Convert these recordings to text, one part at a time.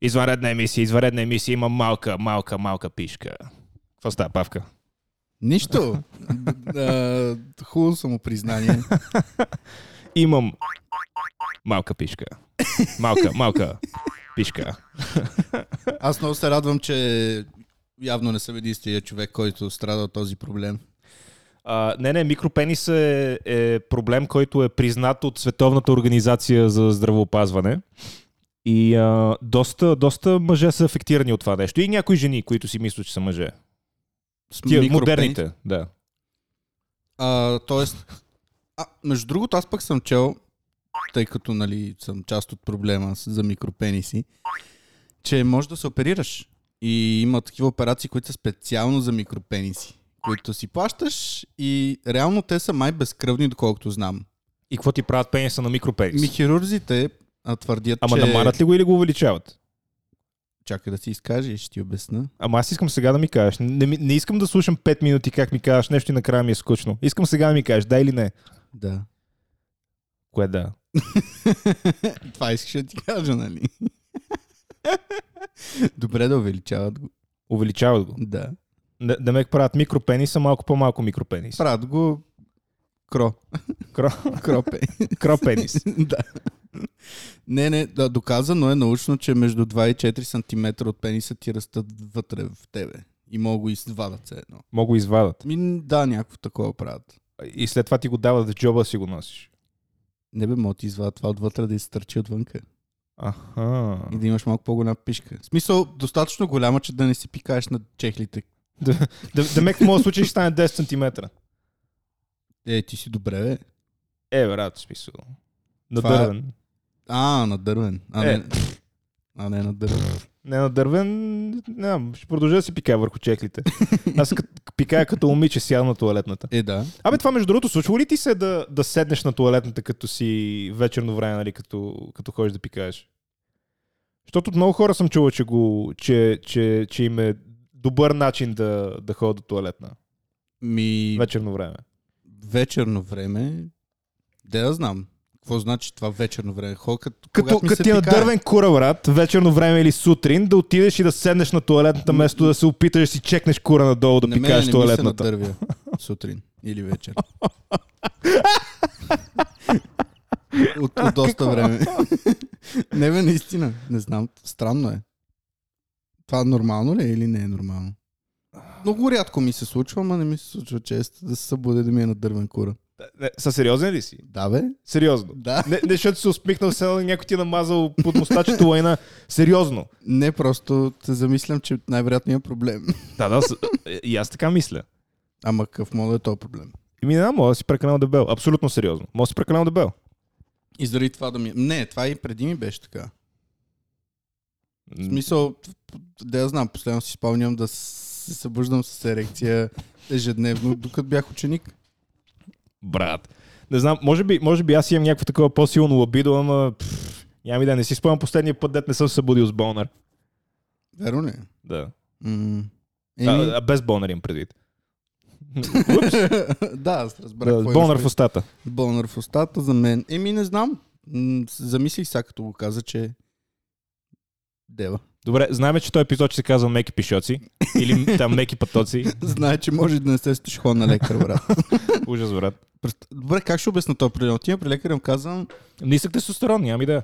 Извънредна емисия, извънредна емисия, има малка, малка, малка пишка. Какво става, Павка? Нищо. А, Хубаво самопризнание. Имам малка пишка. Малка, малка пишка. Аз много се радвам, че явно не съм единствения човек, който страда от този проблем. А, не, не, микропенис е, е проблем, който е признат от Световната организация за здравеопазване. И а, доста, доста мъже са афектирани от това нещо. И някои жени, които си мислят, че са мъже. С Тия, микропенис. модерните, да. А, тоест, а, между другото, аз пък съм чел, тъй като нали, съм част от проблема с- за микропениси, че може да се оперираш. И има такива операции, които са специално за микропениси, които си плащаш и реално те са май безкръвни, доколкото знам. И какво ти правят пениса на микропенис? Ми хирурзите а, твърдят, Ама че... намарат ли го или го увеличават? Чакай да си изкажеш, ще ти обясна. Ама аз искам сега да ми кажеш. Не, ми- не искам да слушам 5 минути как ми кажеш нещо и накрая ми е скучно. Искам сега да ми кажеш да или не. Да. Кое да? Това искаш да ти кажа, нали? Добре да увеличават го. Увеличават го. Да. Да, да ме правят микропениса, малко по-малко микропенис. Правят го кро. Кро, Кропе. кропенис. да. Не, не, да, доказано е научно, че между 2 и 4 см от пениса ти растат вътре в тебе. И мога го извадат се едно. Мога го извадат. Ми, да, някакво такова правят. И след това ти го дават в джоба да си го носиш. Не бе, мога да ти извадат това отвътре да изтърчи отвънка. Аха. И да имаш малко по-голяма пишка. В смисъл, достатъчно голяма, че да не си пикаеш на чехлите. Да, да мек в моят случай ще стане 10 см. Е, ти си добре, бе. Е, брат, в смисъл. На Това е- дървен. А, на дървен. А, Е. не, а, не на дървен. Не на дървен, не знам, ще продължа да си пикая върху чеклите. Аз кът, пикая като момиче сяда на туалетната. Е, да. Абе, това между другото, случва ли ти се да, да седнеш на туалетната като си вечерно време, нали, като, като ходиш да пикаеш? Защото от много хора съм чувал, че, го, че, че, че им е добър начин да, да ходят до туалетна. Ми, Вечерно време. вечерно време, да я знам. Какво значи това вечерно време? Хо, като, Като, когато ми като се ти е на пикае. дървен кура, брат, вечерно време или сутрин, да отидеш и да седнеш на туалетната, вместо да се опиташ да си чекнеш кура надолу да на мене пикаеш не туалетната. ми се надървя сутрин или вечер. от, от доста време. не бе, наистина. Не знам. Странно е. Това нормално ли е или не е нормално? Много рядко ми се случва, ама не ми се случва често да се събудя да ми е на дървен кура. Не, са сериозен ли си? Да бе, Сериозно. да. Не, не защото се усмихнал, се някой ти е намазал под мустачето лайна. Сериозно. Не, просто се замислям, че най-вероятно има проблем. Да, да, с- е, и аз така мисля. Ама какъв мога да е този проблем? И ми не знам, мога да си прекалено дебел. Абсолютно сериозно. Мога да си прекалено дебел. И заради това да ми... Не, това и преди ми беше така. В смисъл, да я знам, последно си спомням да се събуждам с ерекция ежедневно, докато бях ученик. Брат. Не знам, може би, може би аз имам някакво такова по-силно лабидо, ама... пф, Няма и да не си спомням последния път, дет не съм се събудил с бонер. Верно ли? е? Да. М. А, Еми, а без бонер им предвид. да, аз разбрах. Да, какво бонер имаш в устата. пред- Бонър в устата за мен. Еми, не знам. М, Замислих сега, като го каза, че Дева. Добре, знаем, че този епизод ще се казва Меки пишоци. Или там Меки пътоци. Знае, че може да не се сетиш хора на лекар, брат. Ужас, брат. Пред- Добре, как ще обясна този проблем? Отивам при лекаря и му казвам, Нисък тестостерон, нямам идея.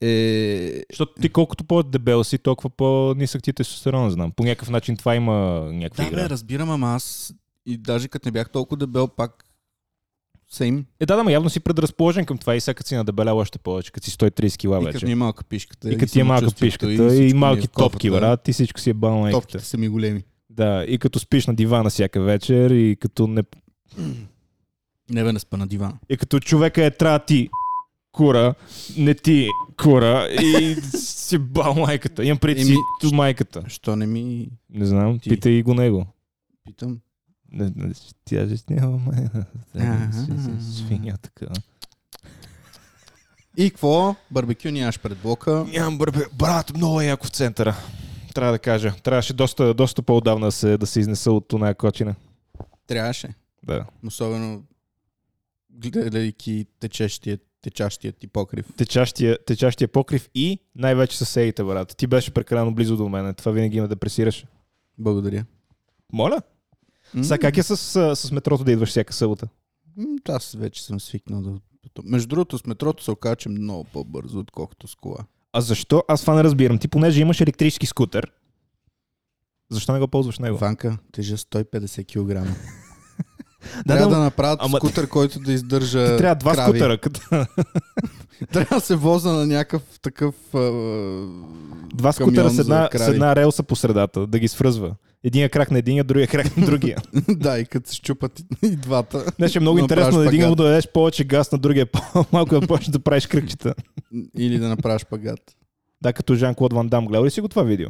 е, Защото ти колкото по-дебел си, толкова по-нисък ти е тестостерон, знам. По някакъв начин това има някаква Да, игра. бе, разбирам, ама аз и даже като не бях толкова дебел, пак сейм. Е, да, да, ма явно си предразположен към това и сега като си надебелял още повече, като си 130 кила И като ми вече. е малка пишката. И като ти е малка самочувствието, пишката и, всичко ми е малки в кофата, топки, да. брат, ти всичко си е балмайката. Топките са ми големи. Да, и като спиш на дивана всяка вечер и като, не... Не бе, не спа на дивана. и като човека е трябва ти кура, не ти е кура и си бал майката. Имам преди си Еми, ту майката. Що не ми Не знам, Ти. питай го него. питам? Не, не, Тя же сняла майка. Аха. Свиня така. И какво? Барбекю нямаш пред блока. Нямам бърбе. Брат, много е яко в центъра. Трябва да кажа. Трябваше доста, доста по-отдавна да се, да се изнеса от оная кочина. Трябваше. Да. Особено гледайки течещият течащият ти покрив. течащия, течащия покрив и най-вече съседите, брат. Ти беше прекалено близо до мен. Това винаги ме депресираше. Благодаря. Моля? М, Сега как е с, с, с метрото да идваш всяка събота? м, Аз вече съм свикнал да... Между другото, с метрото се окаже, че много по-бързо, отколкото с кола. А защо? Аз това не разбирам. Ти понеже имаш електрически скутер, защо не го ползваш него? Ванка тежа 150 кг. Да, трябва да, да, направят ама- скутер, който да издържа. Ти трябва два крави. скутера. като- Трябва да се воза на някакъв такъв. А... Два камион скутера с за една, с крави. една релса по средата, да ги свръзва. Единия крак на единия, другия крак на другия. да, и като се щупат и- и двата. Значи е много Направиш интересно на един шпагат. му да дадеш повече газ, на другия по-малко да почнеш да правиш кръгчета. Или да направиш пагат. Да, като Жан-Клод Ван Дам. Гледал ли си го това видео?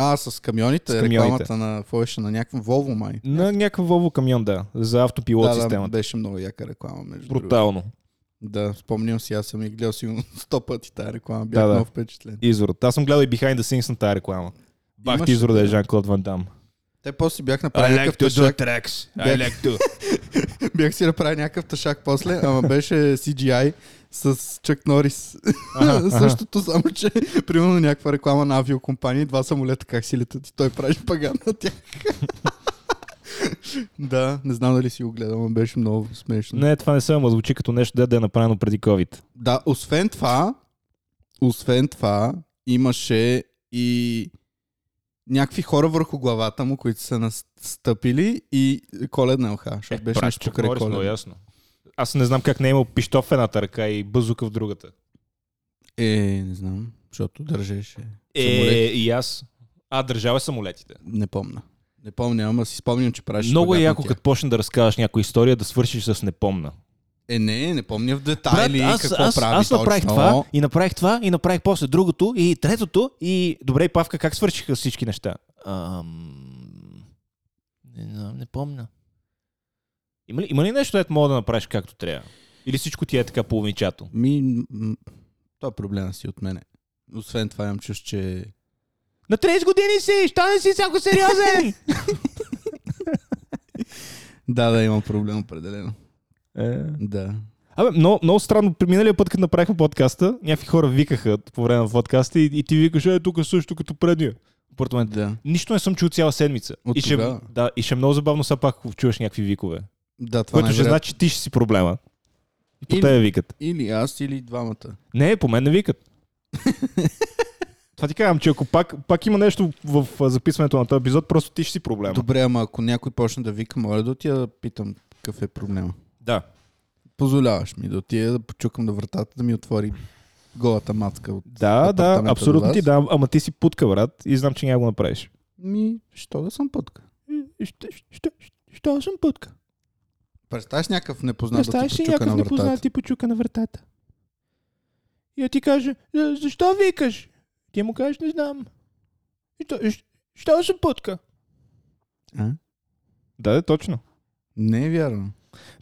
А, с камионите, С с камионите. рекламата на Фойша на някакъв Volvo май. На някакъв Volvo камион, да, за автопилот Да, да, системата. беше много яка реклама. Между другото. Брутално. Да, спомням си, аз съм и гледал сигурно 100 пъти тази реклама. Бях Да, да. много впечатлен. Изворът. Аз съм гледал и behind the scenes на тази реклама. Бах ти изворът да е Жан-Клод Ван Дам. Те после бях направили е някакъв тъшак. tracks. I like to. Бях си направил някакъв тъшак после, ама беше CGI с Чак Норис. Аха, аха. Същото, само че примерно някаква реклама на авиокомпания, два самолета как си летят и той прави шпагат на тях. да, не знам дали си го гледал, но беше много смешно. Не, това не съм, ама звучи като нещо, де да е направено преди COVID. Да, освен това, освен това, имаше и някакви хора върху главата му, които са настъпили и коледна лха, Е, защото беше нещо покрай коледна. ясно. Аз не знам как не е имал пиштов в едната ръка и базука в другата. Е, не знам, защото държеше. Е, Самолети. и аз. А, държава самолетите. Не помна. Не помня, ама си спомням, че правиш. Много е шпагат на яко, тях. като почне да разказваш някоя история, да свършиш с не помна. Е, не, не помня в детайли Брат, какво аз, прави аз направих точно. това и направих това и направих после другото и третото и добре и Павка, как свършиха всички неща? Ам... Не, знам, не помня. Има ли, има ли нещо, дето мога да направиш както трябва? Или всичко ти е така половинчато? Ми, м- м- това е проблема си от мене. Освен това имам чуш, че... На 30 години си! Що не си всяко сериозен? Да, да, имам проблем определено. Е. Да. Абе, много, много странно. При Миналия път, като направихме подкаста, някакви хора викаха по време на подкаста и, и ти викаш, е, тук е също като предния. Апартамент. Да. Нищо не съм чул цяла седмица. От и ще, тогава? да, и ще е много забавно сега пак, ако чуеш някакви викове. Да, това Което ще най-вероятно. значи, че ти ще си проблема. И по Или- тебе викат. Или аз, или двамата. Не, по мен не викат. Това ти казвам, че ако пак, пак има нещо в а, записването на този епизод, просто ти ще си проблема. Добре, ама ако някой почне да вика, моля да отида да питам какъв е проблема. Да. Позволяваш ми да отида да почукам до вратата, да ми отвори голата мацка от... Да, да, Апартамента до абсолютно е вас. ти дам, ама ти си путка, брат, и знам, че няма го направиш. Ми, що да съм пътка? Що съм путка? Представяш някакъв непознат да ти почука на вратата. ти почука на вратата. И ти каже, «Е, защо викаш? Ти му кажеш, не знам. «Е, Що съм путка? А? Да, да, точно. Не е вярно.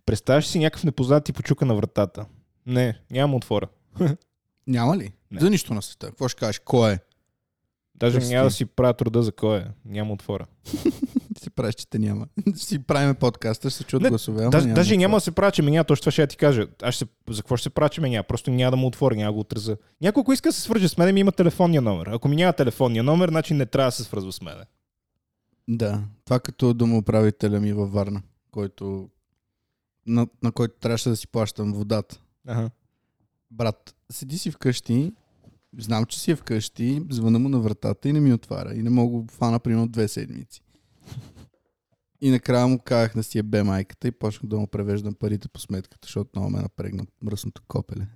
Представяш си някакъв непознат ти почука на вратата. Не, няма отвора. Няма ли? Не. За нищо на света. Какво ще кажеш? Кой е? Даже Прости. няма да си правя труда за кой е. Няма отвора. Ти се правиш, че те няма. си правиме подкаста, ще се чуят Не, гласове. Ама Даже, няма даже какво. няма да се правя, че ме няма, точно това ще я ти кажа. Аз ще, се- за какво ще се правя, че ме няма? Просто няма да му отворя, няма да го отреза. Някой, ако иска да се свърже с мен, ми има телефонния номер. Ако ми няма телефонния номер, значи не трябва да се свързва с мен. Да, това като домоуправителя ми във Варна, който, на, на който трябваше да си плащам водата. Ага. Брат, седи си вкъщи, знам, че си е вкъщи, звъна му на вратата и не ми отваря. И не мога го фана, примерно, две седмици. И накрая му казах да си е бе майката и почнах да му превеждам парите по сметката, защото много ме напрегна мръсното копеле.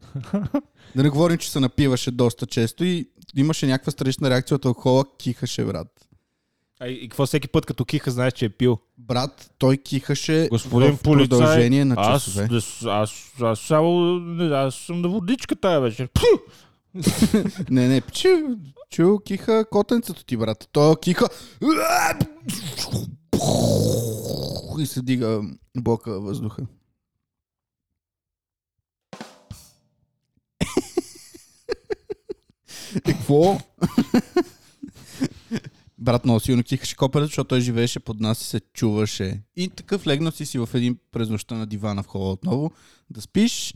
да не говорим, че се напиваше доста често и имаше някаква странична реакция от алкохола, кихаше, брат. А и, и какво всеки път, като киха, знаеш, че е пил? Брат, той кихаше Господин Е, в продължение на Аз, часове. аз, аз, аз, само, аз съм на водичка тая вечер. Пфу! Не, не, чу, чу, киха котенцето ти, брат. Той киха... И се дига блока във въздуха. И какво? Брат, много силно кихаше копелето, защото той живееше под нас и се чуваше. И такъв легнал си си в един през нощта на дивана в хола отново да спиш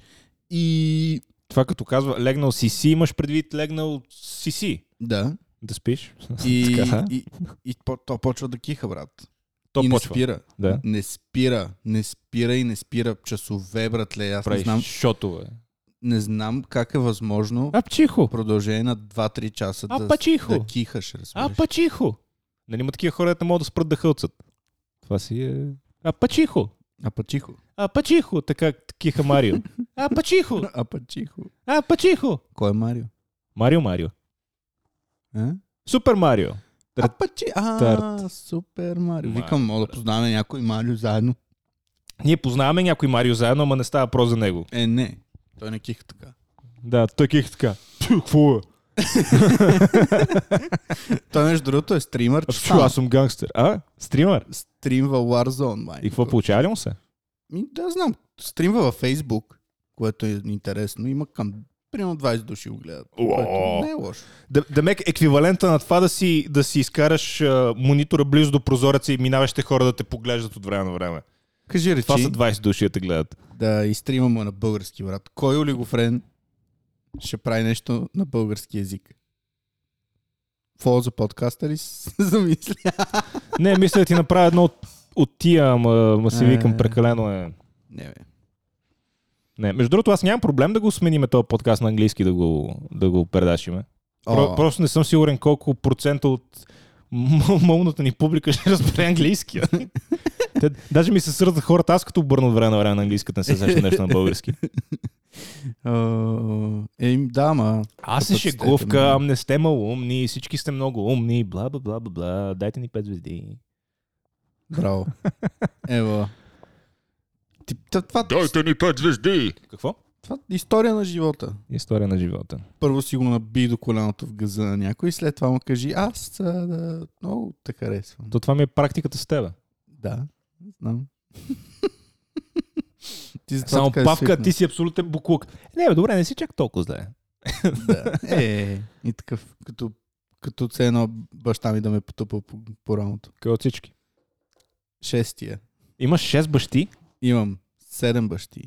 И Това като казва, легнал си си, имаш предвид легнал си си. да. Да спиш. И, Така. и, и, по- то почва да киха, брат. То и почва. не спира. Да. Не спира. Не спира и не спира часове, братле. Аз не Прави знам, шотове. не знам как е възможно А пчихо! в продължение на 2-3 часа А, да, пачихо! да кихаш, разбираш. А пачихо! Нали има такива хора, които не могат да спрат да хълцат. Това си е... А пачихо! а пачихо. А пачихо! Така киха Марио. А пачихо! А пачихо. А пачихо! Кой е Марио? Марио, Марио. А? Супер Марио! А, пачи... а Тарт. супер Марио. Марио, Викам, мога да познаваме някой Марио заедно. Ние познаваме някой Марио заедно, ама не става про за него. Е, не. Той не киха така. Да, той киха така. Тю, какво е? Той, между другото, е стримър. А, че чу, сам аз съм гангстер. А? Стример? Стримва Warzone, май. И какво получава ли му се? Ми, да, знам. Стримва във Facebook, което е интересно. Има към примерно 20 души го гледат. Уау. което Не е лошо. Да, да мек еквивалента на това да си, да си изкараш а, монитора близо до прозореца и минаващите хора да те поглеждат от време на време. Кажи Това речи са 20 души да те гледат. да изтрима му на български, брат. Кой олигофрен ще прави нещо на български язик? Фол за подкаста ли се замисля? Не, мисля да ти направя едно от, от тия, ама ма си Е. викам прекалено е. Не, бе. Не, между другото аз нямам проблем да го смениме този подкаст на английски да го, да го предашиме. Про, О, просто не съм сигурен колко процента от м- мълната ни публика ще разбере английския. Те, даже ми се сърдат хората, аз като обърна от време на време на английската не се сещам нещо на български. Е, им да, ма. Аз се Пък шегувкам, не сте малумни, всички сте много умни, бла, бла, бла, бла, бла, дайте ни пет звезди. Браво. Ева. Ти, та- това, Дайте ни пет звезди! Какво? това е история на живота. История на живота. Първо си го наби до коляното в газа на някой, след това му кажи, аз а, да, много те харесвам. То това ми е практиката с тебе. Да, знам. ти за това Само така е павка, свикнал. ти си абсолютен буклук. Не, бе, добре, не си чак толкова зле. Да. Е, и такъв, като, като все едно баща ми да ме потупа по, по рамото. Кой от всички? Шестия. Имаш 6 бащи, Имам седем бащи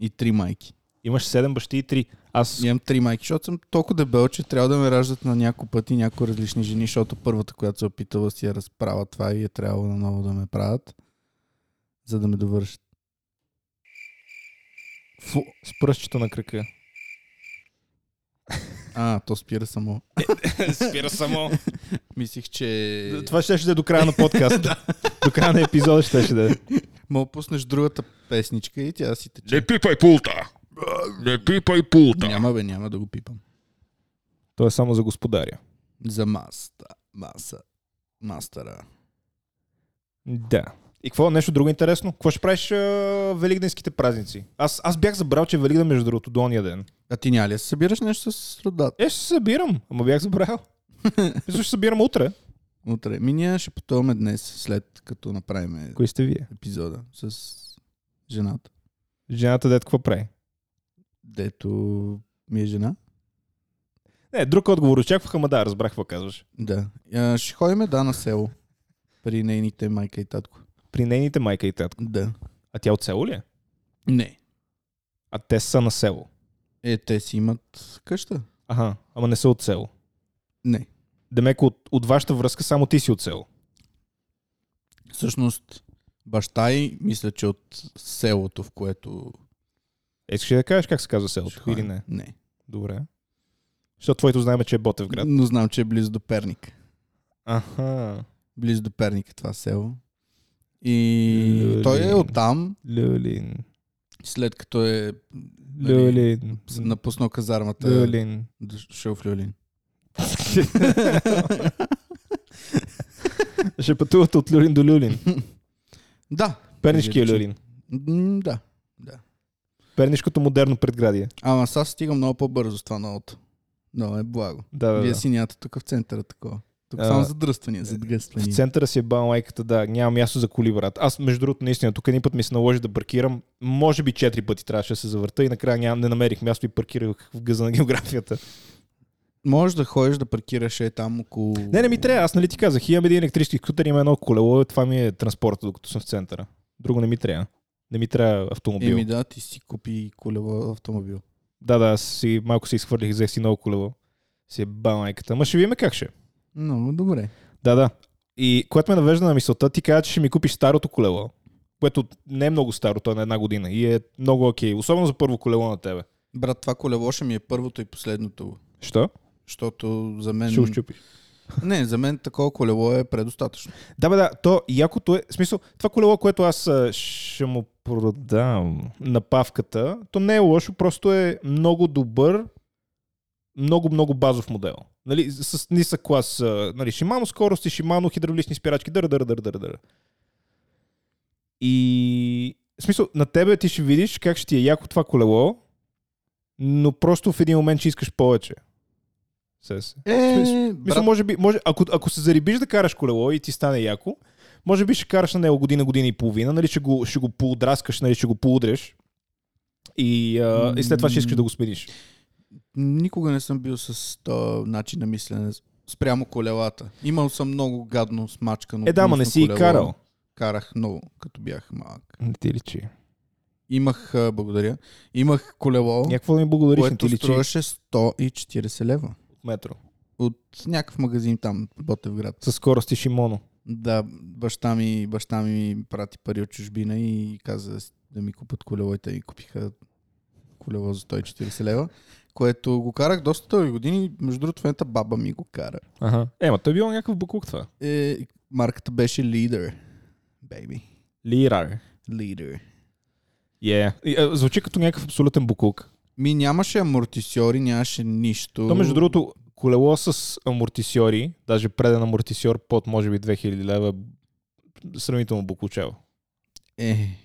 и три майки. имаш 7 бащи и 3. Аз... Имам три майки, защото съм толкова дебел, че трябва да ме раждат на няколко пъти някои различни жени, защото първата, която се е опитала си я разправя това и е трябвало наново да ме правят, за да ме довършат. Фу, с пръстчето на крака. А, то спира само. Спира само. Мислих, че... Това ще ще да е до края на подкаста. До края на епизода ще ще да е. Мога пуснеш другата песничка и тя си тече. Не пипай пулта! Не пипай пулта! Няма бе, няма да го пипам. То е само за господаря. За маста. Маса. Мастера. Да. И какво? Нещо друго интересно? Какво ще правиш а, великденските празници? Аз, аз бях забрал, че е Великден, между другото, до ония ден. А ти няма ли да се събираш нещо с родата? Е, ще се събирам, ама бях забрал. Защо ще събирам утре? Утре. Ми ние ще пътуваме днес, след като направим Кои сте вие? епизода с жената. Жената дет какво прави? Дето ми е жена. Не, друг отговор очаквах, ама да, разбрах какво казваш. Да. А, ще ходим да на село. При нейните майка и татко. При нейните майка и татко. Да. А тя от село ли е? Не. А те са на село. Е, те си имат къща. Аха, ама не са от село. Не. Демек, от, от вашата връзка само ти си от село. Всъщност, баща й, мисля, че от селото, в което... Е, искаш ли да кажеш как се казва ще селото? Или ходим? не? Не. Добре. Защото твоето знаем, че е Ботевград. Но знам, че е близо до Перник. Аха. близо до Перник е това село. И Люлин. той е оттам, Люлин. Нали? след като е Люлин. напуснал казармата. Люлин. Дошъл в Люлин. Ще пътуват от Люлин до Люлин. да. Пернишкия Кажи, че- Люлин. М, Да. Пернишкото модерно предградие. Ама сега стигам много по-бързо с това новото. Много е благо. Да, да, Вие да. си нямате тук в центъра такова. Тук А, само задръствания, В задгъствания. центъра си е бал майката, да, няма място за коли, брат. Аз, между другото, наистина, тук един път ми се наложи да паркирам. Може би четири пъти трябваше да се завърта и накрая ням, не намерих място и паркирах в газа на географията. Можеш да ходиш да паркираш е там около... Не, не ми трябва. Аз нали ти казах, имам един електрически скутер, имам едно колело, това ми е транспорта, докато съм в центъра. Друго не ми трябва. не ми трябва автомобил. Еми да, ти си купи колела автомобил. Да, да, аз си, малко се изхвърлих, взех си ново колело. Си е ба майката. Ма ще видим как ще. е. Много добре. Да, да. И което ме навежда на мисълта, ти каза, че ще ми купиш старото колело, което не е много старо, то е на една година и е много окей. Особено за първо колело на тебе. Брат, това колело ще ми е първото и последното. Що? Защото за мен... Ще ущупиш. Не, за мен такова колело е предостатъчно. Да, бе, да, то якото е, в смисъл, това колело, което аз а, ще му продам на павката, то не е лошо, просто е много добър, много, много базов модел. Нали, с нисък клас, а, нали, Шимано скорости, Шимано хидравлични спирачки, дър, дър, дър, дър, дър. И, в смисъл, на тебе ти ще видиш как ще ти е яко това колело, но просто в един момент ще искаш повече. Сес. Е, Мисля, брат, може би, може, ако, ако се зарибиш да караш колело и ти стане яко, може би ще караш на него година, година и половина, нали, ще го, ще го поудраскаш, нали, ще го поудреш и, а, и след това ще искаш да го смениш. никога не съм бил с този начин на мислене с- спрямо колелата. Имал съм много гадно смачкано. Е, да, ма не гнусно си и колело. карал. Карах много, като бях малък. Не ти личи. Имах, а, благодаря, имах колело, Някакво да ми благодариш, не ти което личи струваше 140 лева. метро. От някакъв магазин там, Ботевград. Със скорости Шимоно. Да, баща ми, баща ми ми прати пари от чужбина и каза с- да ми купат колело и те ми купиха колело за 140 лева, което го карах доста дълги години. Между другото, в момента баба ми го кара. Ага. Е, ма той било някакъв буклук това. Е, марката беше Leader, baby. Лирар. Leader. Yeah. И, а, звучи като някакъв абсолютен буклук. Ми нямаше амортисьори, нямаше нищо. То, между другото, колело с амортисьори, даже преден амортисьор под, може би, 2000 лева, е сравнително буклучава. Е.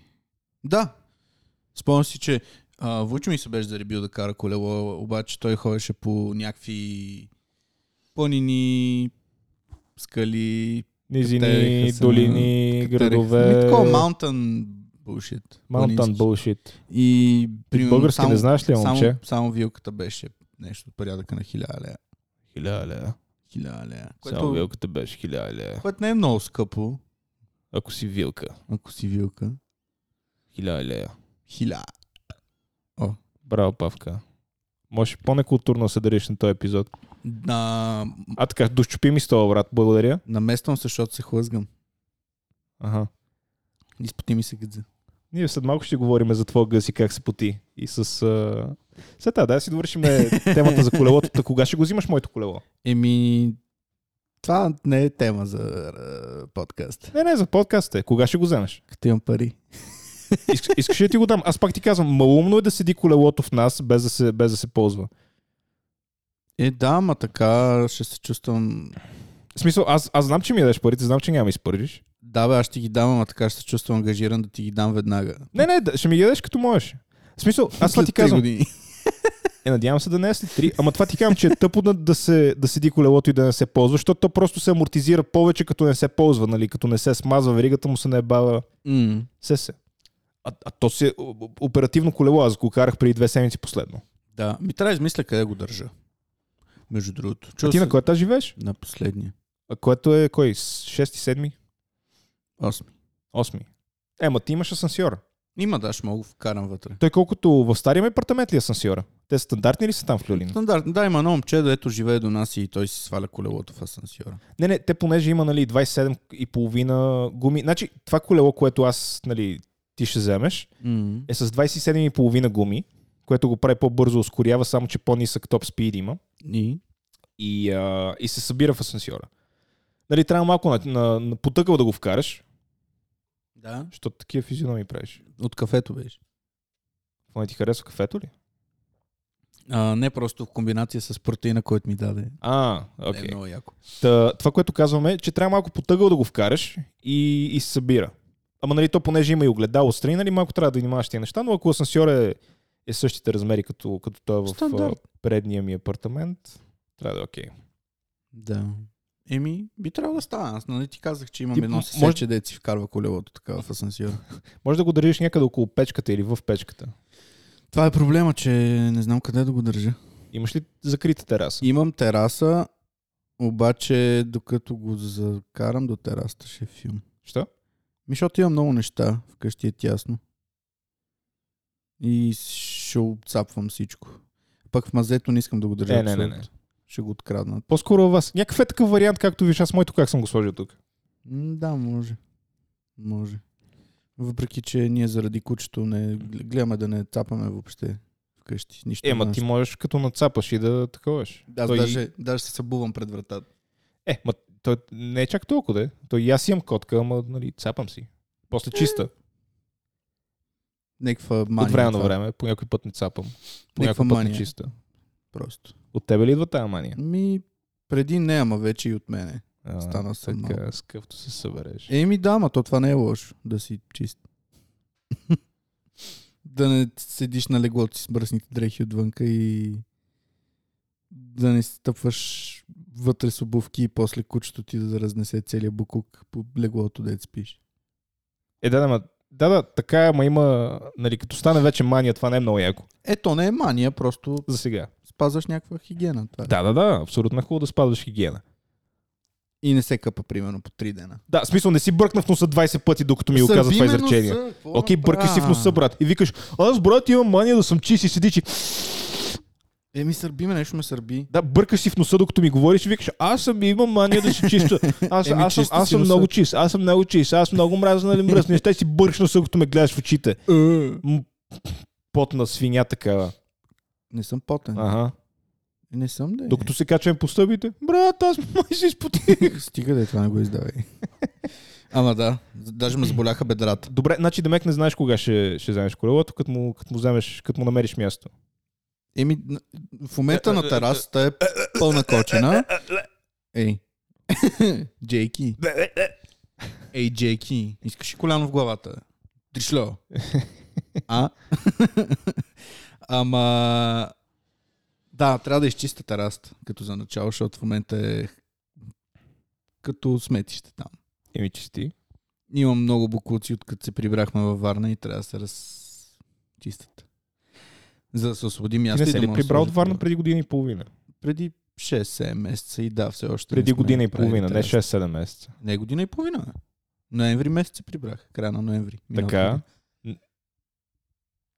Да. Спомням си, че а, Вучо ми се беше заребил да кара колело, обаче той ходеше по някакви планини, скали, Низини, Катериха се долини, Нали, градове. Такова mountain bullshit. Маунтан планински. bullshit. И примерно, български не знаеш ли, момче? Само, само вилката беше нещо от порядъка на хиляда лея. Хиляда. Хиляда лея. Само Което, вилката беше хиляда. което не е много скъпо, Ако си вилка, ако си вилка. хиляда. Хиляда. Браво, Павка. Може по-некултурно се дариш на този епизод. На... А така, дощупи ми с това, брат. Благодаря. Намествам се, защото се хлъзгам. Ага. Изпоти ми се гъдза. Ние след малко ще говорим за твоя гъс и как се поти. И с... А... След това, да, си довършим темата за колелото. Та кога ще го взимаш моето колело? Еми, това не е тема за а, подкаст. Не, не, за подкаста е. Кога ще го вземеш? Като имам пари. Иск, искаш ли да ти го дам? Аз пак ти казвам, малумно е да седи колелото в нас, без да се, без да се ползва. Е, да, ма така ще се чувствам... В смисъл, аз, аз знам, че ми дадеш парите, знам, че няма да ми изпържиш. Да, бе, аз ще ги дам, ама така ще се чувствам ангажиран да ти ги дам веднага. Не, не, да- ще ми ги дадеш като можеш. В смисъл, аз това След ти три казвам. Години. Е, надявам се да не е след 3. Ама това ти казвам, че е тъпо да, да, се, да седи колелото и да не се ползва, защото то просто се амортизира повече, като не се ползва, нали? Като не се смазва, веригата му се наебава. М, Се се. А, а то си е о- о- оперативно колело, аз го карах преди две седмици последно. да, ми трябва да измисля къде го държа. Между другото. А Чува ти се- на кой етаж живееш? На последния. А което е кой? 6, 7, Осми. 8? Ема Е, ти имаш асансьор. Има, да, ще мога да го вкарам вътре. Той колкото в стария ми апартамент ли е асансьора? Те стандартни ли са там в Люлин? Стандартно. Да, има едно момче, дето живее до нас и той си сваля колелото в асансьора. Не, не, те понеже има нали, 27 и половина гуми. Значи, това колело, което аз, нали, ти ще вземеш, М. е с 27 и половина гуми, което го прави по-бързо, ускорява, само че по-нисък топ спид има И? и, а, и се събира в асансьора. Нали, трябва малко на, на, на потъкъл да го вкараш, Да. защото такива физиономи правиш. От кафето беше. В момента ти харесва кафето ли? А, не просто в комбинация с протеина, който ми даде. А, Okay. Е окей. Okay. много яко. Та, това, което казваме, е, че трябва малко потъгъл да го вкараш и, и се събира. Ама нали то, понеже има и огледало отстрани, нали малко трябва да внимаваш тия неща, но ако асансьор е, е същите размери, като, като той в Стандарт. а, предния ми апартамент, трябва да е окей. Да. Еми, би трябвало да става. Аз нали ти казах, че имам Ти едно м- съсече, може- може... дете си вкарва колелото така в асансьора. Може да го държиш някъде около печката или в печката. Това е проблема, че не знам къде да го държа. Имаш ли закрита тераса? Имам тераса, обаче докато го закарам до терасата ще е филм. Що? Ми, защото имам много неща, вкъщи е тясно. и ще обцапвам всичко. Пък в мазето не искам да го държа. Е, не, не, не. абсолютно. Ще го откраднат. По-скоро във вас. Някакъв е такъв вариант, както виж, аз моето как съм го сложил тук. М, Да, може. Може. Въпреки, че ние заради кучето не гледаме да не цапаме въобще вкъщи. Нищо Ема не ти е. можеш като нацапаш и да таковаш. Да, Аз Той- даже, даже се събувам пред вратата. Е, ма, той не е чак толкова, де. Той и аз имам котка, ама нали, цапам си. После чиста. Някаква мания. От време на това. време, по някой път не цапам. По Някаква някой път не мания. чиста. Просто. От тебе ли идва тая мания? Ми, преди не, ама вече и от мене. А, Стана съм Така, с къвто се събереш. Еми да, ма то това не е лошо, да си чист. да не седиш на леглото си с мръсните дрехи отвънка и да не стъпваш вътре с обувки и после кучето ти да разнесе целия букук по леглото, дет спиш. Е, да, да, ма, да, да, така е, ма има, нали, като стане вече мания, това не е много яко. Е, то не е мания, просто За сега. спазваш някаква хигиена. Това. е. Да, да, да, абсолютно е хубаво да спазваш хигиена. И не се къпа, примерно, по три дена. Да, в смисъл не си бъркна в носа 20 пъти, докато ми го каза това изречение. Окей, бъркай си в носа, брат. И викаш, аз, брат, имам мания да съм чист и седиш и... Еми, сърби ме, нещо ме сърби. Да, бъркаш си в носа, докато ми говориш и викаш, аз съм имам мания да си чиста. Аз, Еми, аз, съм, чиста аз си съм носа. много чист, аз съм много чист, аз много мраза, нали мръсна. Не ще си бъркаш носа, докато ме гледаш в очите. Е. М, Потна свиня такава. Не съм потен. Ага. Не съм да е. Докато се качваме по стъбите, брат, аз май се изпотих. Стига да е, това не го издавай. Ама да, даже ме заболяха бедрата. Добре, значи Демек не знаеш кога ще, ще вземеш колелото, като му, като му, вземеш, като му намериш място. Еми, н- в момента на терасата е пълна кочина. Ей. Джейки. Ей, Джейки. Искаш ли коляно в главата? Тришло. А? Ама... Да, трябва да изчистя терасата, като за начало, защото в момента е като сметище там. Еми, чисти. Имам много буклуци, откъде се прибрахме във Варна и трябва да се разчистят. За да се освободи Ти не място. и се да ли мога да прибрал сложа от Варна колело. преди година и половина? преди 6-7 месеца и да, все още. не Преди сме година и направили половина, не тераса. 6-7 месеца. Не година и половина. бе. Ноември месец се прибрах. Края на ноември. миналата Така. година.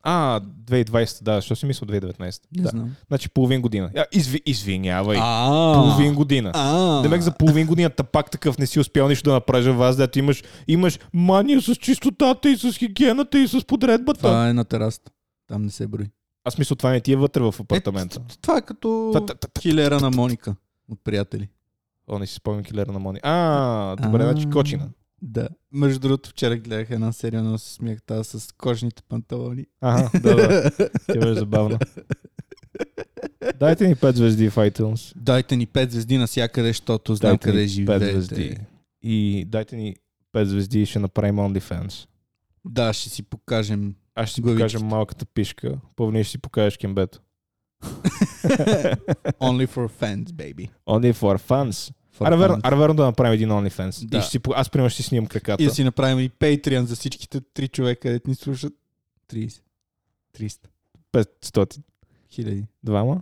А, 2020, да, що си мисля 2019? Не да. знам. Значи половин година. А, изви, извинявай. А, половин година. А, Демек за половин година пак такъв не си успял нищо да направиш във вас, дето имаш, имаш мания с чистотата и с хигиената и с подредбата. Това е на терасата. Там не се брои. Аз мисля, това не ти е вътре в апартамента. Е, т- т- това е като Та- та- та- та- килера на Моника от приятели. О, не си спомням килера на Мони. А, добре, А. значи кочина. Да. Между другото, вчера гледах една серия, но се смях тази с кожните панталони. Ага, да, да. Ти беше забавно. Дайте ни 5 звезди в iTunes. Дайте ни 5 звезди навсякъде, защото знам Дайте къде ни пет звезди. живеете. И дайте ни 5 звезди и ще направим OnlyFans. Да, ще си покажем. Аз ще си Главичките. покажа малката пишка, повни ще си покажеш кембето. Only for fans, baby. Only for fans. For Аре верно, fans. аре верно да направим един OnlyFans. Да. И ще си, по- аз примерно ще си снимам краката. И да си направим и Patreon за всичките три човека, дето ни слушат. 30. 300. 500. Хиляди. Двама.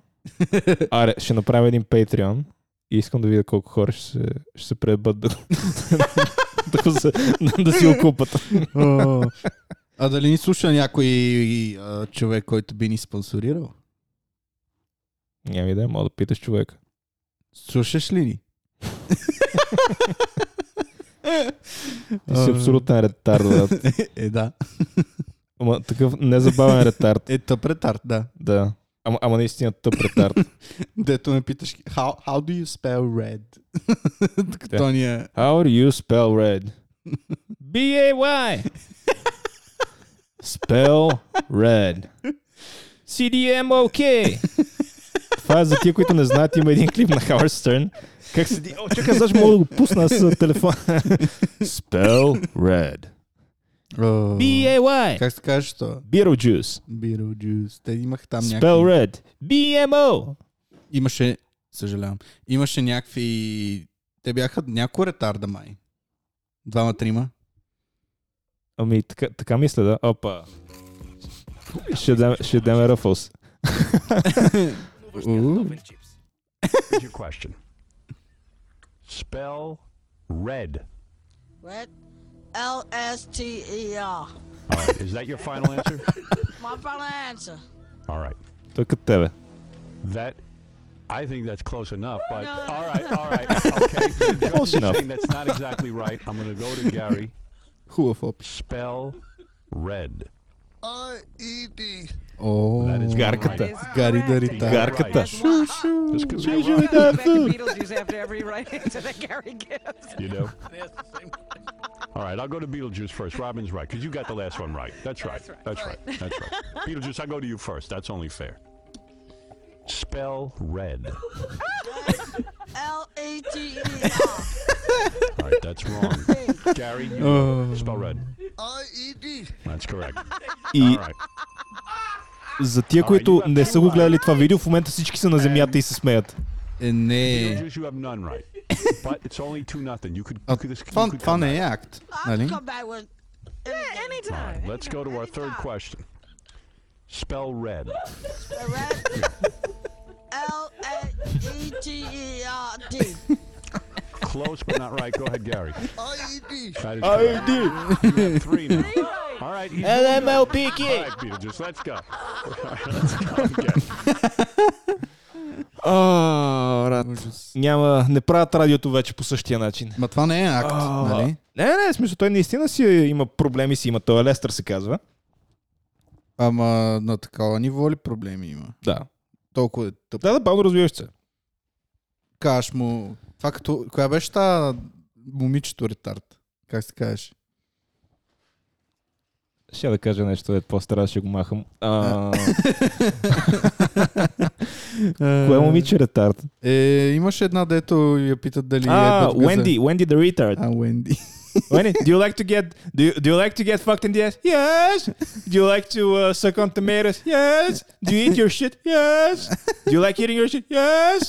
Аре, ще направя един Patreon. И искам да видя колко хора ще се, ще се пребът да, да, го за- да си го купат. а дали ни слуша някой а, човек, който би ни спонсорирал? Няма идея, мога да питаш човека. Слушаш ли ни? Ти си абсолютен ретард, брат. е, да. Ама такъв незабавен ретард, Е, тъп ретард, да. да. Ама, ама наистина тъп ретард. Дето ме питаш, how, how do you spell red? е, Да. Като ния... How do you spell red? B-A-Y. Spell red. C-D-M-O-K. Това е за тия, които не знаят, има един клип на Howard Stern. Как седи... О, чакай, аз даже мога да го пусна аз с телефон. Spell red. B-A-Y. Как се казваш то? Beetlejuice. Beetlejuice. Те имах там Spell някакви... red. B-M-O. Имаше... Съжалявам. Имаше някакви... Те бяха няколко ретарда май. Двама-трима. Ами, така, така мисля, да. Опа. Ще дам, ще дам Ruffles. Here's your question. Spell red. Red. L S T E R. All right. Is that your final answer? My final answer. All right. Той е като тебе. That I think that's close enough, but all right, all right, okay. Close enough. Saying that's not exactly right. I'm going to go to Gary. Хубав опис. Spell red. R-E-D. О, That is Гарката. right. Гари да рита. Гарката. Шу, шу. Just 'cause I we will were- go back to Beatles use after every right answer that Gary gives. you know. All right, I'll go to Beetlejuice first. Robin's right because you got the last one right. That's right. That's right. That's right. Beetlejuice, I go to you first. That's only fair. Spell red. L A T E R. All right, that's wrong. Oh. Gary, you E spell red. R-E-D. That's correct. И All right. за тия, които не са го гледали това видео, в момента всички са на земята и се смеят. Е, не. Beetlejuice, you have none right. But it's only two nothing. You could. А, you could, you това, could това come не е back. акт, I can нали? come back with. Yeah, All anytime. right, let's go to our third question. Spell red. L A E T E R D. Close but not right. Go ahead, Gary. R-E-D. That is correct. You have E three now. All right. he's doing good. All right, Beetlejuice, let's go. let's go. Okay. О, рад. Няма, не правят радиото вече по същия начин. Ма това не е акт, нали? Не, не, в смисъл, той наистина си е, има проблеми си има. Той е Лестър се казва. Ама на такава ниво ли проблеми има? Да. Толкова е тъп. Да, да, бавно развиваш се. Кажеш му... Това като... Коя беше та момичето ретард? Как се кажеш? Ще да кажа нещо, е по-стара, ще го махам. А, кое момиче ретард? Е, имаше една, дето я питат дали А, е бъдгаза. Уенди, Уенди the retard. А, Уенди. Wendy, do you like to get do you, do you like to get fucked in the ass? Yes. Do you like to uh, suck on tomatoes? Yes. Do you eat your shit? Yes. Do you like eating your shit? Yes.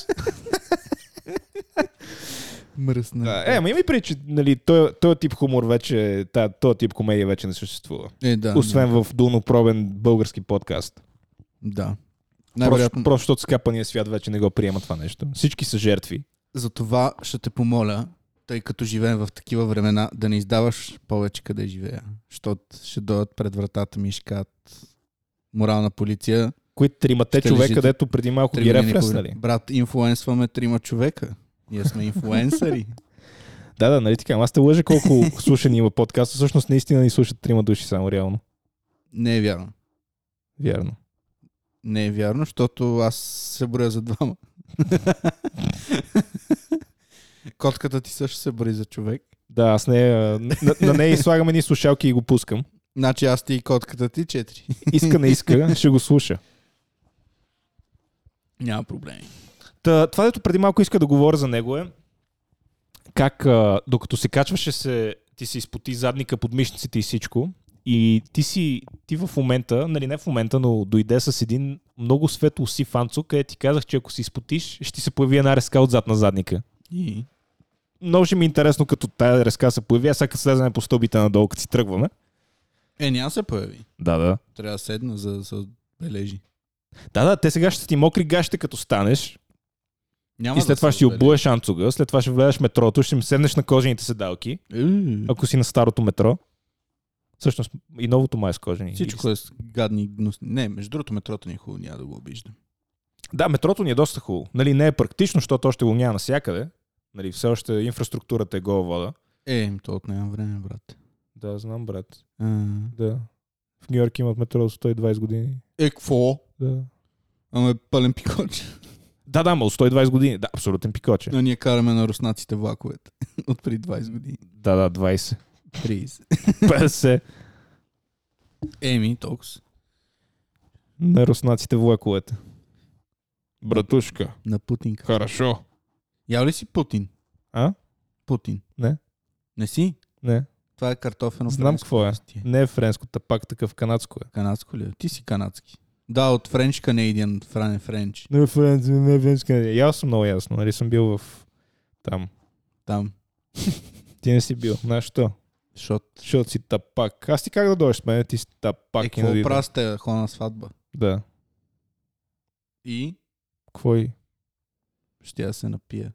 Мръсна. Е, ама има и преди, че нали, този, този тип хумор вече, та, този тип комедия вече не съществува. Е, да. Освен в дълнопробен български подкаст. Да. Просто, Най-вероятно. просто защото скапания свят вече не го приема това нещо. Всички са жертви. За това ще те помоля, тъй като живеем в такива времена, да не издаваш повече къде живея. Защото ще дойдат пред вратата ми и ще кажат морална полиция. Които тримате Ще човека, лежите. дето преди малко ги е нали? Тръгни рефреснали. никога. Брат, инфлуенсваме трима човека. Ние сме инфлуенсъри. Да, да, нали така. Ама Аз те лъжа колко слушани има подкаст. Всъщност наистина ни слушат трима души само реално. Не е вярно. Вярно. Не е вярно, защото аз се броя за двама. Котката ти също се брои за човек. Да, аз не, а, на, на нея и слагам едни слушалки и го пускам. Значи аз ти и котката ти четири. Иска, не иска, ще го слуша. Няма проблеми. Та, това, дето преди малко иска да говоря за него е как а, докато се качваше се, ти се изпоти задника под мишниците и всичко и ти си, ти в момента, нали не в момента, но дойде с един много светло си фанцо, къде ти казах, че ако се изпотиш, ще ти се появи една резка отзад на задника. И... Много ще ми е интересно, като тая резка се появи, а сега като слеземе по стълбите надолу, като си тръгваме. Е, няма се появи. Да, да. Трябва да седна, за да се отбележи. Да, да, те сега ще ти мокри гащите, като станеш, Няма И след да това се ще си отбележи. обуеш анцуга, след това ще влезеш в метрото, ще им седнеш на кожените седалки, Уу, ако си на старото метро. Всъщност и новото май с кожени. Всичко е с гадни и гнусни. Не, между другото метрото ни е хубаво, няма да го обиждам. Да, метрото ни е доста хубаво. Нали, не е практично, защото още го няма навсякъде. Нали, все още инфраструктурата е гол вода. Е, то отнема време, брат. Да, знам, брат. А, Да. В Нью Йорк имат метро от 120 години. Е, какво? Да. Ама е пълен пикоч. Да, да, ма от 120 години. Да, абсолютен пикоче. Но ние караме на руснаците влаковете. От преди 20 години. Да, да, 20. 30. 50. Еми, толкова. На руснаците влаковете. Братушка, На Путинка. хорошо. Ял ли си Путин? А? Путин. Не. Не си? Не. Това е картофено. Знам какво е. пестие. Не е френско, та пак такъв канадско е. Канадско ли? е? Ти си канадски. Да, от Френч Canadian, Фране Френч. Не е френско, не е френско. Ял съм много ясно, нали съм бил в там. Там. Ти не си бил. Знаеш що? Шот. Защото си тапак. Аз ти как да дойдеш с мен? Ти си Е, тапак. и какво не дойде. правя с те, хора на сватба? Да. И Какво и? ще я се напия.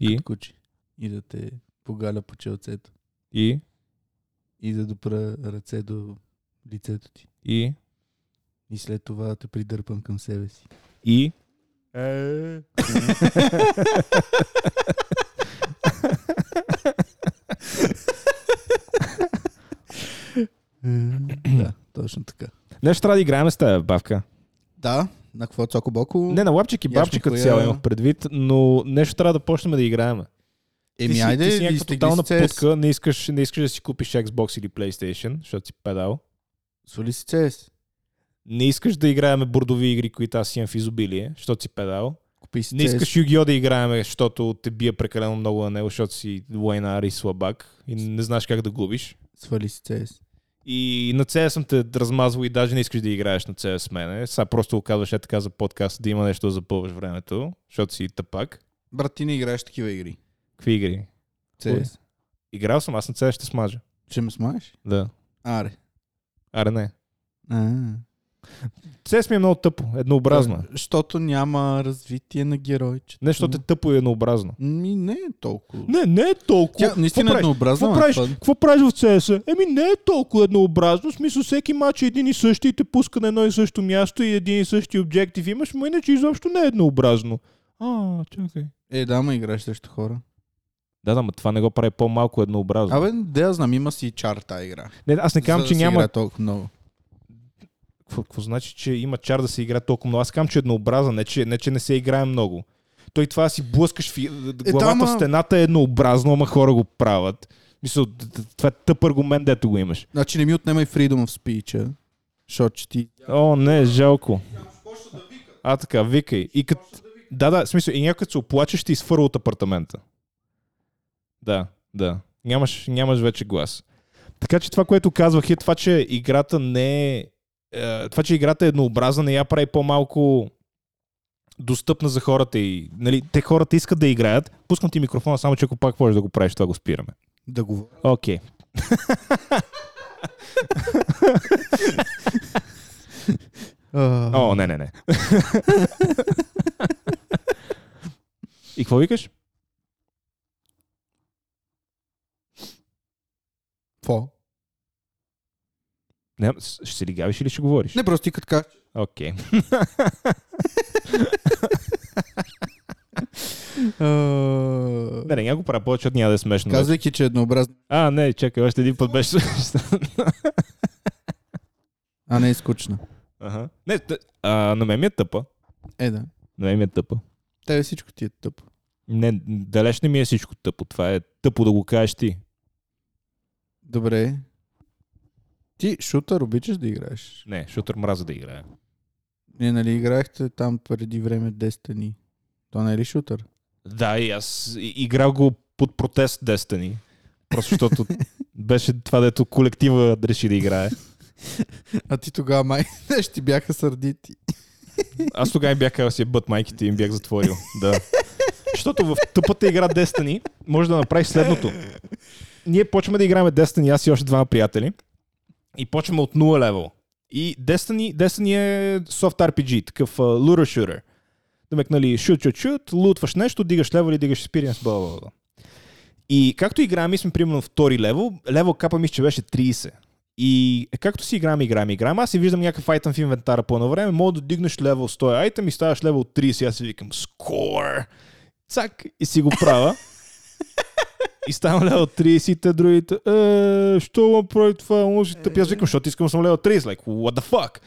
И? като Куче. И да те погаля по челцето. И? И да допра ръце до лицето ти. И? И след това те придърпам към себе си. И? Е. да, точно така. Нещо трябва да играем с тази бавка. Да, на какво цоко боко? Не, на лапчик и Ясно, бабчик като коя- е. цяло имах предвид, но нещо трябва да почнем да играем. Еми, ти си, айде, ти си и някаква стигни тотална с CS. путка, не искаш, не искаш да си купиш Xbox или PlayStation, защото си педал. Соли си CS. Не искаш да играем бордови игри, които аз имам в изобилие, защото си педал. Купи си Не CS. искаш Yu-Gi-Oh да играем, защото те бие прекалено много на него, защото си лайнар и слабак и не знаеш как да губиш. Свали си CS. И на CS съм те размазвал и даже не искаш да играеш на CS с мене. Сега просто го казваш е така за подкаст, да има нещо да запълваш времето, защото си тъпак. Брат, ти не играеш такива игри. Какви игри? CS. Играл съм, аз на CS ще смажа. Ще ме смаеш? Да. Аре. Аре не. А. CS ми е много тъпо, еднообразно. е. Защото няма развитие на геройчета. Не, защото е тъпо и еднообразно. Ми не е толкова. Не, не е толкова. Тя наистина е Какво правиш? Какво еднообразна. ама правиш, това- какво правиш в CS? Еми не е толкова еднообразно, в смисъл всеки матч е един и същи и те пуска на едно и също място и един и същи обектив имаш, но иначе изобщо не е еднообразно. А, чакай. Е, да, ма играеш срещу хора. Да, да, но това не го прави по-малко еднообразно. Абе, да я знам, има си чар тая игра. не, аз не казвам, За че да се няма... играе толкова много. Какво, какво значи, че има чар да се играе толкова много? Аз казвам, че е еднообразен, не че, не че не се играе много. Той това да си блъскаш в... главата ама- в стената е еднообразно, ама хора го правят. Мисля, това е тъп аргумент, дето го имаш. Значи не ми отнемай freedom of speech, защото ще ти... О, не, жалко. А, така, викай. И кът... Да, да, в смисъл, и някой като се оплаче, ще изфърва от апартамента. Да, да. Нямаш, нямаш вече глас. Така че това, което казвах е това, че играта не е... е, Това, че играта е еднообразна, не я прави по-малко достъпна за хората и... Нали, те хората искат да играят. Пускам ти микрофона, само че ако пак можеш да го правиш, това го спираме. Да го... Окей. О, не, не, не. И какво викаш? Фо. Не, с- ще се ли гавиш или ще говориш? Не, просто ти като кажеш. Окей. Не, не, няма го правя повече, няма да е смешно. Казвайки, че е еднообразно. А, не, чакай, още един път беше. А не е скучно. Аха. Не, т- а, на мен ми е тъпа. Е, да. На мен ми е тъпа. Тебе всичко ти е тъпо. Не, далеч не ми е всичко тъпо. Това е тъпо да го кажеш ти. Добре. Ти шутър обичаш да играеш. Не, шутър мраза да играе. Не, нали играхте там преди време 10 дни. То не е ли шутър? Да, и аз и- играл го под протест Destiny. Просто защото беше това, дето колектива реши да играе. А ти тогава май ще ти бяха сърдити. Аз тогава им бях казал си бът майките и им бях затворил. Да. Защото в тъпата игра Destiny може да направиш следното. Ние почваме да играме Destiny, аз и още двама приятели. И почваме от 0 левел. И Destiny, Destiny е soft RPG, такъв uh, looter shooter. Демек, нали, шут, шут, шут, лутваш нещо, дигаш левел или дигаш experience, бла, бла, бла. И както играем, ние сме примерно втори левел, левел капа ми, че беше 30. И е, както си играм, играм, играм, аз си виждам някакъв айтъм в инвентара по едно време, мога да дигнеш левел 100 айтъм и ставаш левел 30, аз си викам скор! Цак! И си го правя. и ставам левел 30 и те другите, е, що му прави това, може тъпи, аз викам, защото искам да съм левел 30, like, what the fuck?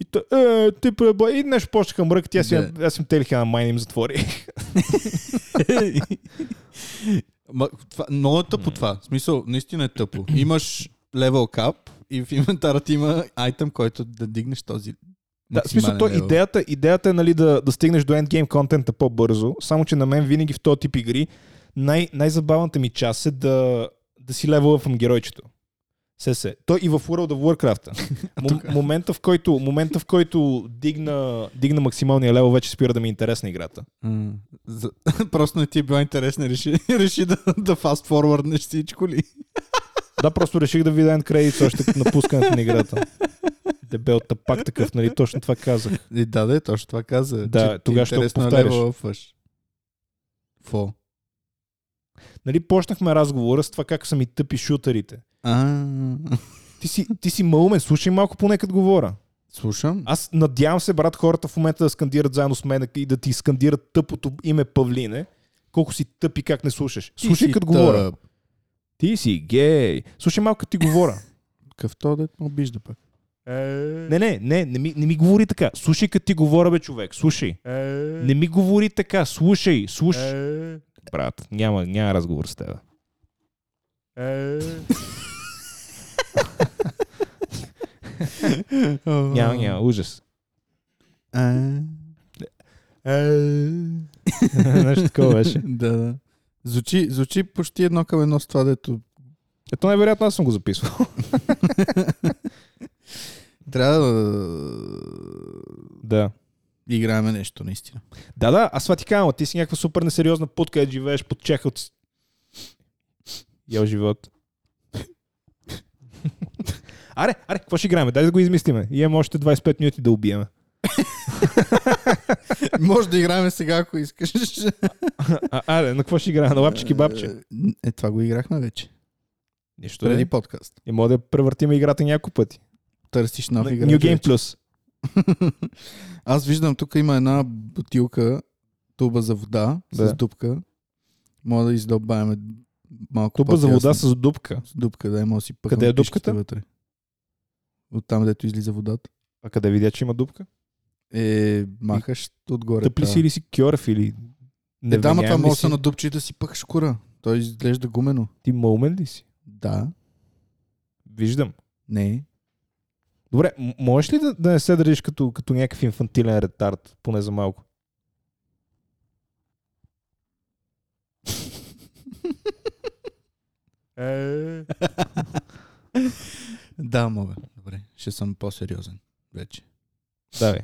И то, е, ти пребла, и нещо почнаха мрък, тя си, Да. аз им телиха на майна им затвори. Ма, това, много е тъпо това. В смисъл, наистина е тъпо. Имаш левел кап и в инвентара ти има айтъм, който да дигнеш този Да, в смисъл, максимален то левел. идеята, идеята е нали, да, да стигнеш до endgame контента по-бързо, само че на мен винаги в този тип игри най- най-забавната ми част е да, да си левелъпвам геройчето. Се, се. Той и в World of Warcraft. Мом- момента, в който, момента, в който дигна, дигна максималния левел, вече спира да ми е интересна играта. М, за- Просто не ти е била интересна. Реши, реши да, да фастфорварднеш всичко ли? Да, просто реших да видя end credits още като напускането на играта. Дебел тапак такъв, нали? Точно това казах. И да, да, точно това каза. Да, че ти тогава ще го интересно е повтаряш. левелъпваш. Фо. Нали, почнахме разговора с това как са ми тъпи шутърите. А, Ти си, ти си маумен, слушай малко поне като говоря. Слушам. Аз надявам се, брат, хората в момента да скандират заедно с мен и да ти скандират тъпото име Павлине. Колко си тъпи, как не слушаш. Ти Слушай си като говоря. тъп. Ти си гей. Слушай малко като ти говоря. Какъвто да ме обижда пък. Не, не, не, не ми, не ми говори така. Слушай като ти говоря, бе, човек. Слушай. Не ми говори така. Слушай, слушай. Брат, няма, няма разговор с теб. Няма, няма, ужас. А, Нещо такова беше. Да, да. Звучи, звучи почти едно към едно с това, дето Ето най-вероятно аз съм го записвал. трябва да да. играеме нещо, наистина. Да, да, аз това ти казвам, а ти си някаква супер несериозна путка, къде живееш под чеха от... Ял живот. аре, аре, какво ще играем? Дай да го измислиме. И имаме още 25 минути да убиеме. Може да играеме сега, ако искаш. А, аре, на какво ще играем? На лапче кебабче? Е, това го играхме вече. Нищо Преди преди. подкаст. И мога да превъртим играта няколко пъти. Търсиш нов играч. New вече. Game Plus. Аз виждам, тук има една бутилка, туба за вода, Да. с дупка. Мога да издълбаваме малко Туба за вода по-тясно. с дупка. С дупка, да, може да си пък Къде е дупката? Вътре. От там, дето излиза водата. А къде видя, че има дупка? Е, махаш отгоре. Тъпли това. си или си кьорф или... Е, да, ма това Невменяем ли може да се си? надупчи и да си пъкаш кура. Той изглежда гумено. Ти мълмен ли си? Да. Виждам. Не. Добре, м- можеш ли да, да не се държиш като, като някакъв инфантилен ретард, поне за малко? Е. Да, мога. Добре. Ще съм по-сериозен вече. Давай.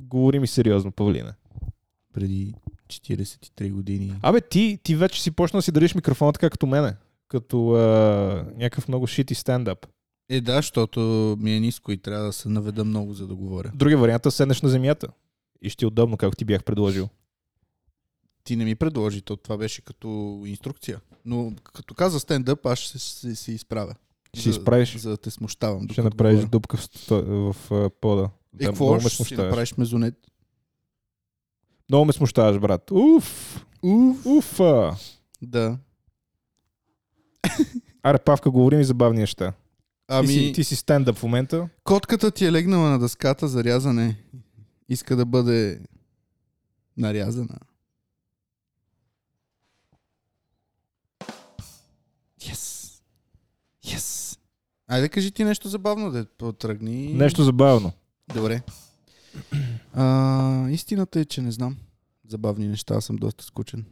Говори ми сериозно, Павлина. Преди 43 години. Абе, ти, ти вече си почна да си държиш микрофона така като мене. Като а, някакъв много шити стендъп. Е, да, защото ми е ниско и трябва да се наведа много, за да говоря. Другия вариант е да седнеш на земята. И ще ти е удобно, както ти бях предложил. Ти не ми предложи, то това беше като инструкция. Но като каза стендъп, аз ще се, се изправя. Ще За- изправиш. За да те смущавам. Ще докато направиш говоря. дупка в, сто- в, а, пода. Е, Да, какво много ме ще си смущаваш. направиш мезонет? Много ме смущаваш, брат. Уф! Уф! Уф! а. Да. Аре, Павка, говори ми забавни неща. Ами, Ти, си, ти си стендъп в момента. котката ти е легнала на дъската за рязане. Иска да бъде нарязана. Yes. Yes. Айде кажи ти нещо забавно, да потръгни. Нещо забавно. Добре. А, истината е, че не знам. Забавни неща, аз съм доста скучен.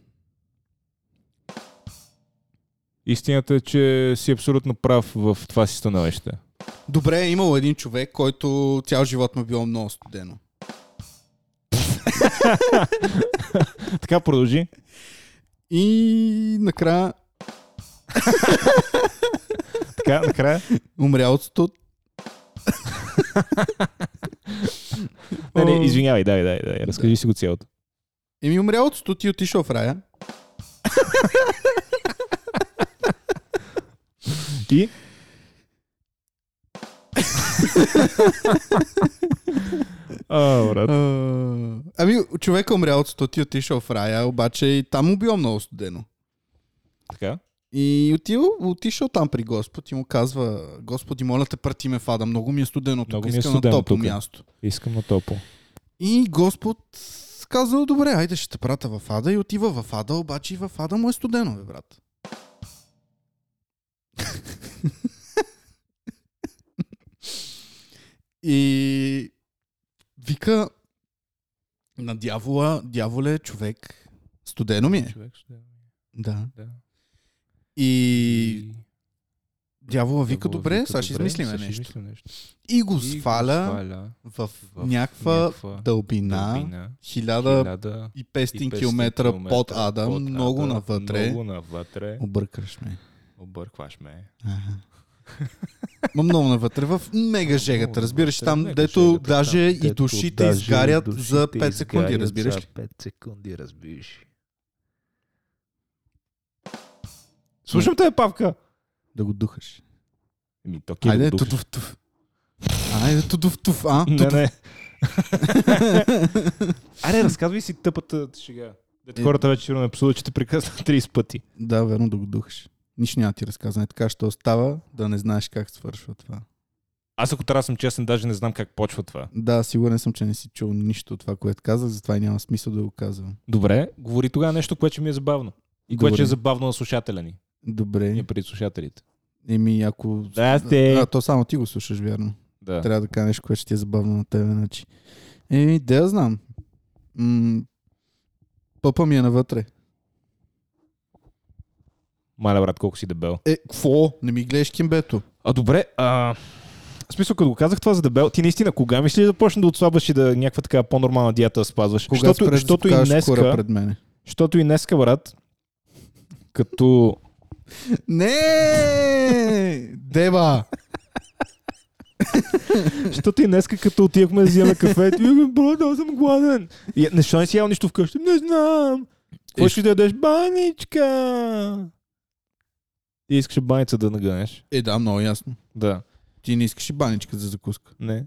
Истината е, че си абсолютно прав в това си становище. Добре, е имал един човек, който цял живот му е било много студено. Така продължи. И накрая Така, накрая. умря от студ. Не, не, извинявай, дай, дай, дай. Разкажи си го цялото. Еми умря от студ и отишъл в рая. И? А, брат. А, Ами човека умря от студ и отишъл в рая, обаче и там му било много студено. Така. И отил, отишъл там при Господ и му казва, Господи, моля те, прати ме фада, много ми е студено тук, Много ми е искам студено на топло тук. място. Искам на топо. И Господ казал, добре, айде ще те прата в Ада и отива в Ада, обаче и в Ада му е студено, бе, брат. и вика на дявола, дяволе, човек, студено ми е. Да. Да. И дявола вика, добре, сега ще измислиме сега ще нещо. измислим нещо. И го сваля в някаква някаква дълбина, дълбина, 1000 хиляда и и 500 500 км под километра Адам, под много Ада, навътре. Много навътре. Объркаш ме. Объркваш ме. Ма много навътре в мега жегата, Много разбираш, навътре, там мега дето жегата, даже там, и дето душите даже изгарят душите за 5 секунди, изгарят разбираш ли? За 5 секунди, разбираш ли? Слушам те, Павка! Да го духаш. Ми, Ами, то Кирил Айде, Дуков. тудов туф. Айде, тудов туф, а? Не, Тудов. не. Аре, разказвай си тъпата шега. Дето Е. хората вече сигурно ме псуват, че те прекъсна 30 пъти. Да, верно да го духаш. Нищо няма да ти разказване. Така ще остава да не знаеш как свършва това. Аз ако трябва да съм честен, даже не знам как почва това. Да, сигурен съм, че не си чул нищо от това, което казах, затова и няма смисъл да го казвам. Добре, говори тогава нещо, което ще ми е забавно. И Добре. което ще е забавно на слушателя ни. Добре. Ние пред слушателите. Еми, ако... Здрасте! А, то само ти го слушаш, вярно. Да. Трябва да кажа нещо, което ще ти е забавно на тебе. Значи. Еми, да я знам. М- пъпа ми е навътре. Маля, брат, колко си дебел. Е, какво? Не ми гледаш кимбето. А добре, а... В смисъл, като го казах това за дебел, ти наистина кога мислиш да почнеш да отслабваш и да някаква така по-нормална диета да спазваш? Кога Щото- спреш да щото и покажеш днеска- кора пред мене. Щото и днеска, брат, като Не! Деба! Защото и днеска, като отивахме да взимаме кафе, ти викам, брат, аз съм гладен. И, нещо не си ял нищо вкъщи? Не знам. Какво Е, ще дадеш? Баничка! Ти искаш баница да нагънеш? Е, да, много ясно. Да. Ти не искаш и баничка за закуска. Не.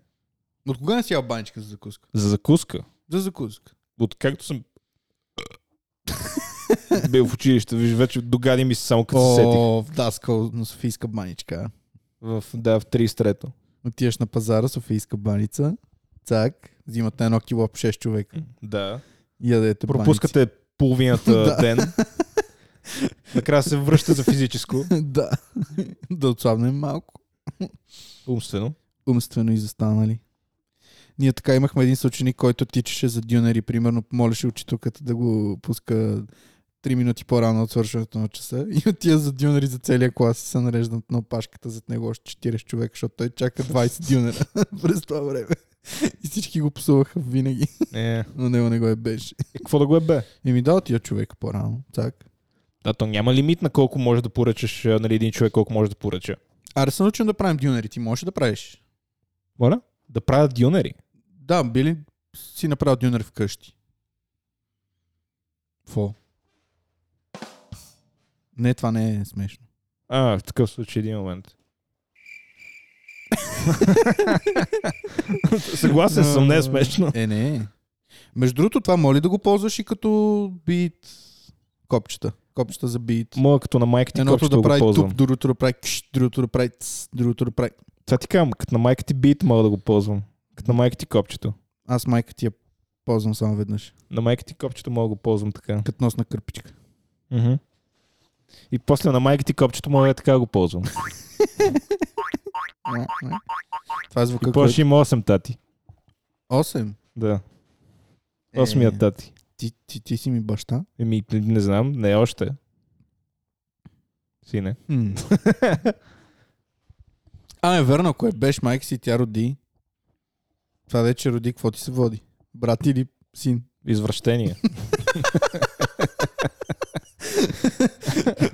От кога не си ял баничка за закуска? За закуска. За закуска. От както съм бил в училище, виж, вече догади ми се само като се сетих. О, в Даскал на Софийска баничка. В, да, в 33-то. Отиваш на пазара, Софийска баница. Цак, взимат на едно кило по 6 човека. Да. Ядете баници. Пропускате половината ден. Накрая се връща за физическо, да. да отслабнем малко. умствено. Умствено изостанали. Ние така имахме един съученик, който тичаше за дюнери, примерно молеше учителката да го пуска 3 минути по-рано от свършването на часа и отива за дюнери за целия клас и се нареждат на опашката зад него още 40 човека, защото той чака 20 дюнера през това време. И всички го псуваха винаги, Е, но него не го е беше. какво да го е бе? И ми да отида човека по-рано, цак. Да, то няма лимит на колко може да поръчаш, а, нали, един човек колко може да поръча. Аре се научим да правим дюнери, ти можеш да правиш. Моля? Да правят дюнери. Да, били си направил дюнер вкъщи. Фо. Не, това не е смешно. А, в такъв случай един момент. Съгласен съм, не е смешно. Е, не е. Между другото, това моли да го ползваш и като бит копчета. Копчета за бит. Мога като на майка ти Едното копчето да да го прави туп, ползвам. другото да прави кш, другото да прави тс, другото да прави. Сега ти казвам, като на майка ти бит мога да го ползвам. Като на майка ти копчето. Аз майка ти я ползвам само веднъж. На майка ти копчето мога да го ползвам така. Като носна кърпичка. Мгм. И после на майка ти копчето мога да така го ползвам. Това е И звука, после ще който... има 8 тати. 8. Да. 8 тати. Ти, Е, ти, ти си ми баща. Е. Еми, не знам, не е още. Сине. М. а, е верно, ако е беше майка си, тя роди. Това вече роди, какво ти се води? Брат или син? Извращение.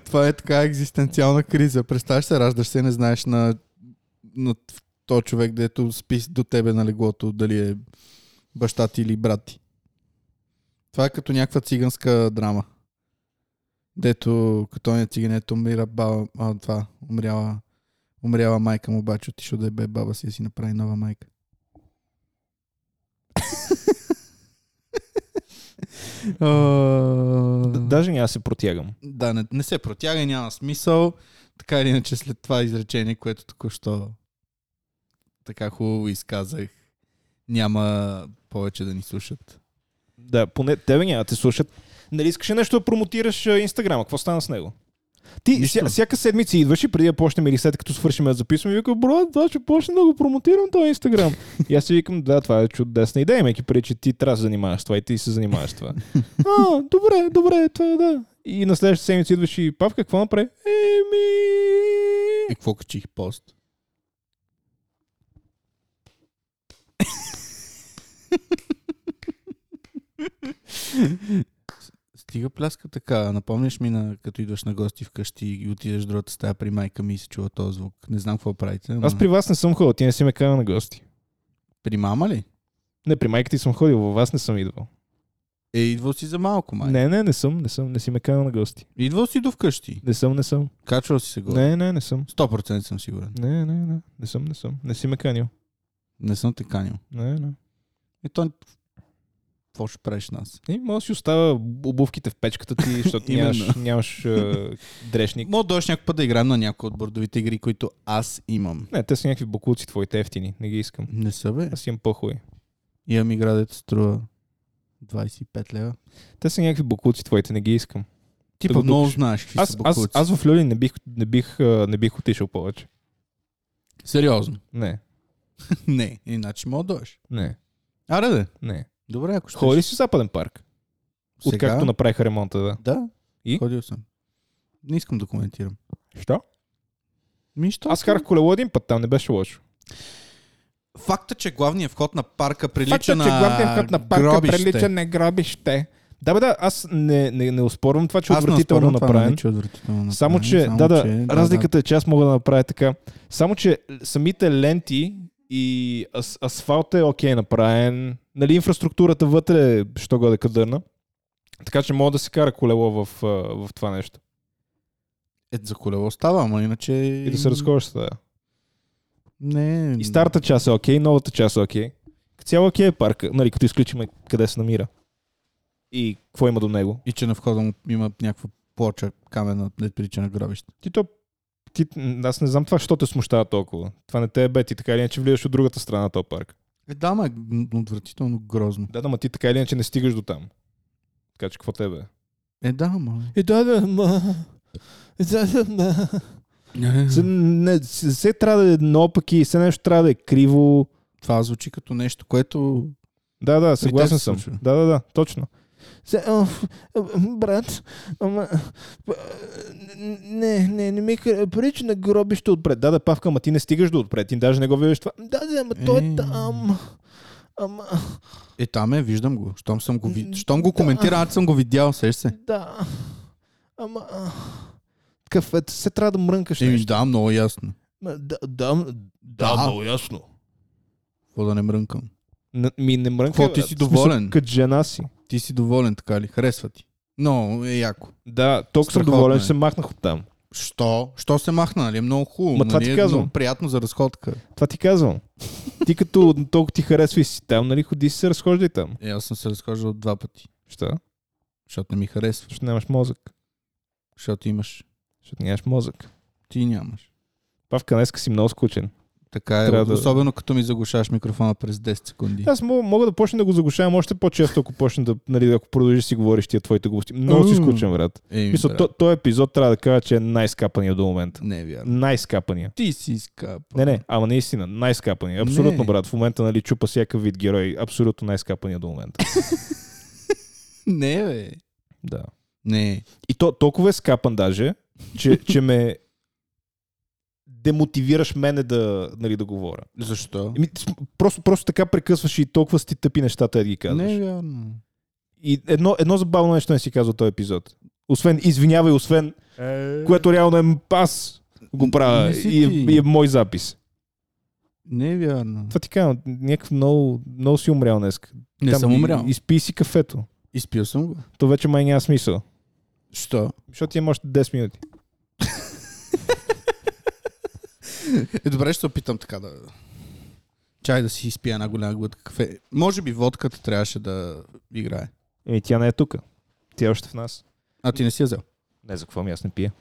Това е така екзистенциална криза. Представяш се, раждаш се, не знаеш на, на то човек, дето спи до тебе на леглото, дали е баща ти или брат ти. Това е като някаква циганска драма. Дето, като оня цигането умира баба, а, това, умряла, умряла майка му, обаче отишъл да е бе баба си да си направи нова майка. Д- Да, Даже няма да се протягам. да, не, не се протяга, няма смисъл. Така или иначе след това изречение, което току-що така хубаво изказах, няма повече да ни слушат. Да, поне тебе няма да те слушат. Нали искаше нещо да промотираш а, Инстаграма? Какво стана с него? Ти Нищо. ся, всяка седмица идваш и преди да почнем или след като свършим да записваме, и вика, бро, това ще почна да го промотирам този Инстаграм. и аз си викам, да, това е чудесна идея, имайки преди, че ти трябва да се занимаваш с това и ти се занимаваш с това. а, добре, добре, това да. И на следващата седмица идваш и Павка, какво направи? И Еми... какво качих пост? Стига пляска така. Напомняш ми, на, като идваш на гости вкъщи и отидеш в другата стая при майка ми и се чува този звук. Не знам какво правите. Ама... Аз при вас не съм ходил, ти не си ме кана на гости. при мама ли? Не, при майка ти съм ходил, във вас не съм идвал. Е, идвал си за малко, май. Не, не, не съм, не съм, не си ме канал на гости. Идвал си до вкъщи. Не съм, не съм. Качвал си се горе. Не, не, не съм. 100% съм сигурен. Не, не, не, не съм, не съм. Не си ме канил. Не съм те канил. Не, не. И то... Какво ще правиш нас? И може да си остава обувките в печката ти, защото Именно. нямаш, нямаш е, дрешник. Мога да дойдеш някой път да играем на някои от бордовите игри, които аз имам. Не, те са някакви буклуци твоите ефтини. Не ги искам. Не са, бе. Аз имам по-хубави. Имам игра, дето струва 25 лева. Те са някакви буклуци твоите, не ги искам. Ти Да пък го много купиш. знаеш какви Аз, са аз, буклуци. аз в Люлин не бих, не, бих, а, не бих отишъл повече. Сериозно. Не, не, иначе мога да дойдеш. не, Аре да. не. Добре, ако ще... Ходи ли си в Западен парк? Откакто направиха ремонта, да. Да. И? Ходил съм. Не искам да коментирам. Що? Ми, що Аз ти? карах колело един път, там не беше лошо. Факта, че главният вход на парка прилича Факта, на че главният вход на парка гробище. прилича на гробище. Да, бе, да, аз не, не, не успорвам това, че Аз не отвратително оспорвам това, направен. нали, че е отвратително направен. Само, че, да, да, да. разликата е, че аз мога да направя така. Само, че самите ленти и ас, асфалта е окей направен. Нали, инфраструктурата вътре, е, що годе кадърна. Така че мога да се кара колело в, а, в това нещо. Е, за колело става, ама иначе... И да се разходиш с това. Не. И старата част е окей, новата част е окей. Като цяло окей е парка, нали, като изключиме къде се намира. И какво има до него. И че на входа му има някаква плоча камена, не прилича на гробище. Ти то... Ти, аз не знам това, що те смущава толкова. Това не те е бе, ти така или иначе влизаш от другата страна на този парк. Е, да, ма, е г- отвратително грозно. Да, да, ма ти така или иначе не стигаш до там. Така че какво тебе? Е, да, ма. Е, да, да, ма. Е, да, да, ма. Се, не, се, се трябва да е наопаки, се нещо трябва да е криво. Това звучи като нещо, което... Да, да, съгласен се съм. случва. Да, да, да, точно. Се, оф, брат, ама, не, не, не ми прилича на гробище отпред. Да, да, павка, ама ти не стигаш до отпред, ти даже не го виждаш това. Да, да, ама той Е. е там. Ама, Е, там е, виждам го. Щом, съм го, ви... Щом го коментира, аз съм го видял, сеш се. да, ама, кафето се трябва Е, да мрънкаш. Еми, нещо. да, много ясно. Ма, Да, да, да, много ясно. Какво да не мрънкам. Н- Ми не мрънка. Какво, ти си доволен? Кът жена си. Ти си доволен, така ли? Харесва ти. Но е яко. Да, толкова съм Страхотно доволен, е. че се махнах от там. Що? Що се махна, нали? Е Много хубаво. Ма това нали? ти Е казвам. Много приятно за разходка. Това ти казвам. Ти като толкова ти харесва и си там, нали, ходи си се разхождай там. Е, аз съм се разхождал два пъти. Що? Защото не ми харесва. Защото нямаш мозък. Защото имаш. Защото нямаш мозък. Ти нямаш. Павка, днеска си много скучен. Така е. Трябва да- Особено като ми заглушаваш микрофона през 10 секунди. Аз мога, мога да почна да го заглушавам още по-често, ако почна да, нали, ако продължиш си говориш тия твоите глупости. Много си Ау. скучен, брат. Еми, Мисля, брат, то- този епизод трябва да кажа, че е най-скапания до момента. Не е вярно. Най-скапания. Ти си скапа. Не, не, ама наистина, най-скапания. Абсолютно, Не. брат. В момента, нали, чупа всякакъв вид герой. Абсолютно най-скапания до момента. Не, бе. Да. Не. И то толкова е скапан даже, че, че ме демотивираш мене да, нали, да говоря. Защо? Еми, с- просто, просто така прекъсваш и толкова си тъпи нещата да ги казваш. Не е вярно. И едно, едно забавно нещо не си казал този епизод. Освен, извинявай, освен, което реално е м- аз го правя Не си и, е- ти. и е мой запис. Не е вярно. Това ти казвам, някакъв много, много си умрял днес. Не съм умрял. И, изпи си кафето. Изпил съм го. То вече май няма смисъл. Що? Защото ти имаш още 10 минути. Е, добре, ще се опитам така да... Чай да си изпия една голяма глътка кафе. Може би водката трябваше да играе. Еми, тя не е тук. Тя е още в нас. А ти не си я взел? Не, за какво ми аз не пия.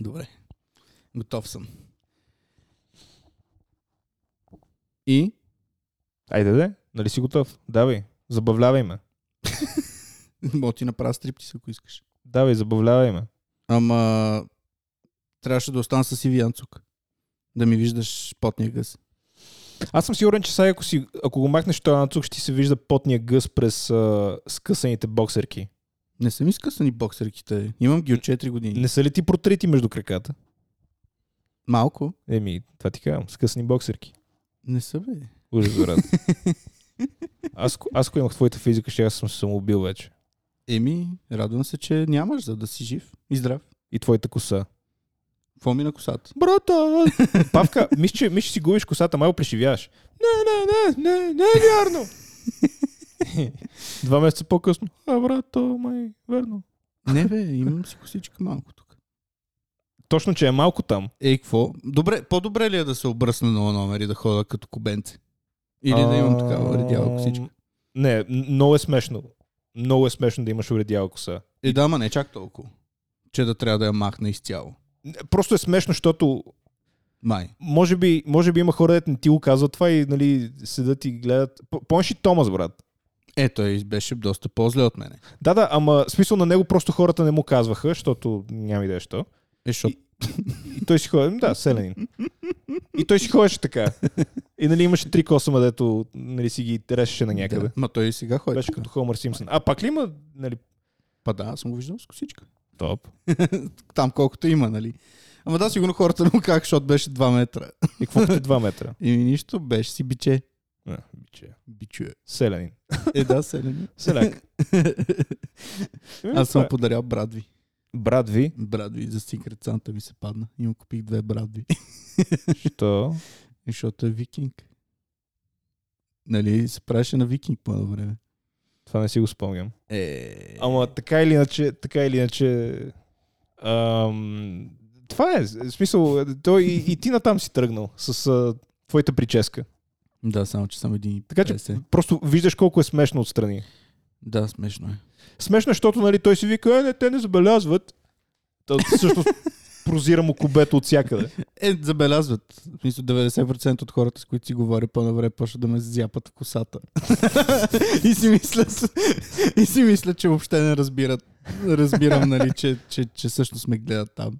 Добре. Готов съм. И? Айде де, нали си готов? Давай, забавлявай ме. Мога ти направя стриптиз, ако искаш. Давай, забавлявай ме. Ама... Трябваше да остана с Иви Янцук. Да ми виждаш потния гъс. Аз съм сигурен, че сега ако, си, ако го махнеш този нацук, ще ти се вижда потния гъс през а, скъсаните боксерки. Не са ми скъсани боксерките. Имам ги от 4 години. Не са ли ти протрити между краката? Малко. Еми, това ти казвам, скъсани боксерки. Не са, бе. Ужас, брат. Аз, ако- аз ако имах твоята физика, ще аз съм се самоубил вече. Еми, радвам се, че нямаш, за да си жив и здрав. И твоята коса. Какво ми е на косата? Брата! Павка, мисля, че, мисля, че си губиш косата, май преживяваш. Не, не, не, не, не е вярно. Два месеца по-късно. А, брата, май, верно. Не бе, имам си косичка малко тук. Точно, че е малко там. Ей, какво? Добре, по-добре ли е да се обръсна на номер и да хода като кубенце? Или да имам такава вредява косичка? Ам, Не, м- много е смешно. Много е смешно да имаш уредяла коса. И Е, да, ма не чак толкова. Че да трябва да я махна изцяло. Не, Просто е смешно, защото Май. може би, може би има хора, дето не ти го казват това и нали, седат и гледат. П- Помниш ли Томас, брат? Е, той беше доста по-зле от мене. Да, да, ама в смисъл на него просто хората не му казваха, защото няма идея що. Е, защото... И той си ходи, да, селенин. И той си ходеше така. И нали имаше три косама, дето нали, си ги решеше на някъде. Да. Ма той и сега ходи. Беше така. като Хомър Симпсън. А пак ли има, нали, Па да, аз съм го виждал с косичка. топ? Там колкото има, нали? Ама да, сигурно хората не му казаха, защото беше 2 метра. И какво като 2 метра? И нищо, беше си биче. А, биче. Бичуе. Селянин. Е, да, селени. Селяк. Аз е. съм подарял брадви. Брат ви, Брадви за Secret Santa ми се падна. И му купих две брадви. що? Защото е викинг. Нали, се правеше на викинг по едно време. Това не си го спомням. Е... Ама така или иначе, така или иначе... Ам, това е. В смисъл, той и, и ти натам си тръгнал с а, твоята прическа. Да, само че съм един. Така че просто виждаш колко е смешно отстрани. Да, смешно е. Смешно, е, защото нали, той си вика, е, не, те не забелязват. Та, всъщност прозира му кубето от всякъде. Е, забелязват. В смисъл 90% от хората, с които си говоря по-навре, почват да ме зяпат косата. и, си мислят, и си мислят, че въобще не разбират. Разбирам, нали, че, че, че всъщност ме гледат там.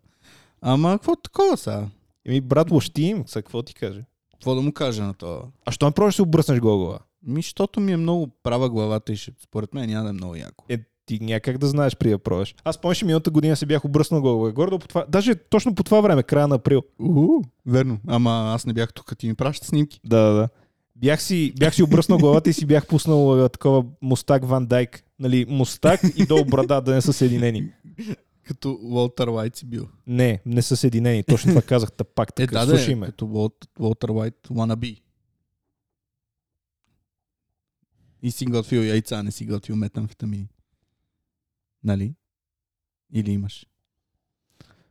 Ама, какво такова са? Еми, брат, лъщи им, са, какво ти каже? Какво да му кажа на това? А що не пробваш да се обръснеш гол глава? Ми, защото ми е много права главата и ще, според мен няма да е много яко. Е, ти някак да знаеш при да пробваш. Аз помня, че миналата година се бях обръснал гол Гордо по това, даже точно по това време, края на април. Уу, верно. Ама аз не бях тук, ти ми праща снимки. Да, да, да. Бях си, бях си обръснал главата и си бях пуснал а, такова мустак Ван Дайк. Нали, мустак и долу брада да не са съединени. Като Уолтер Уайт си бил. Не, не са съединени. Точно това казах, та пак Е, така. да, Слушай да, ме. като Уолт- Уолтер Уайт wannabe. И си готвил яйца, не си готвил метамфетамини. Нали? Или имаш?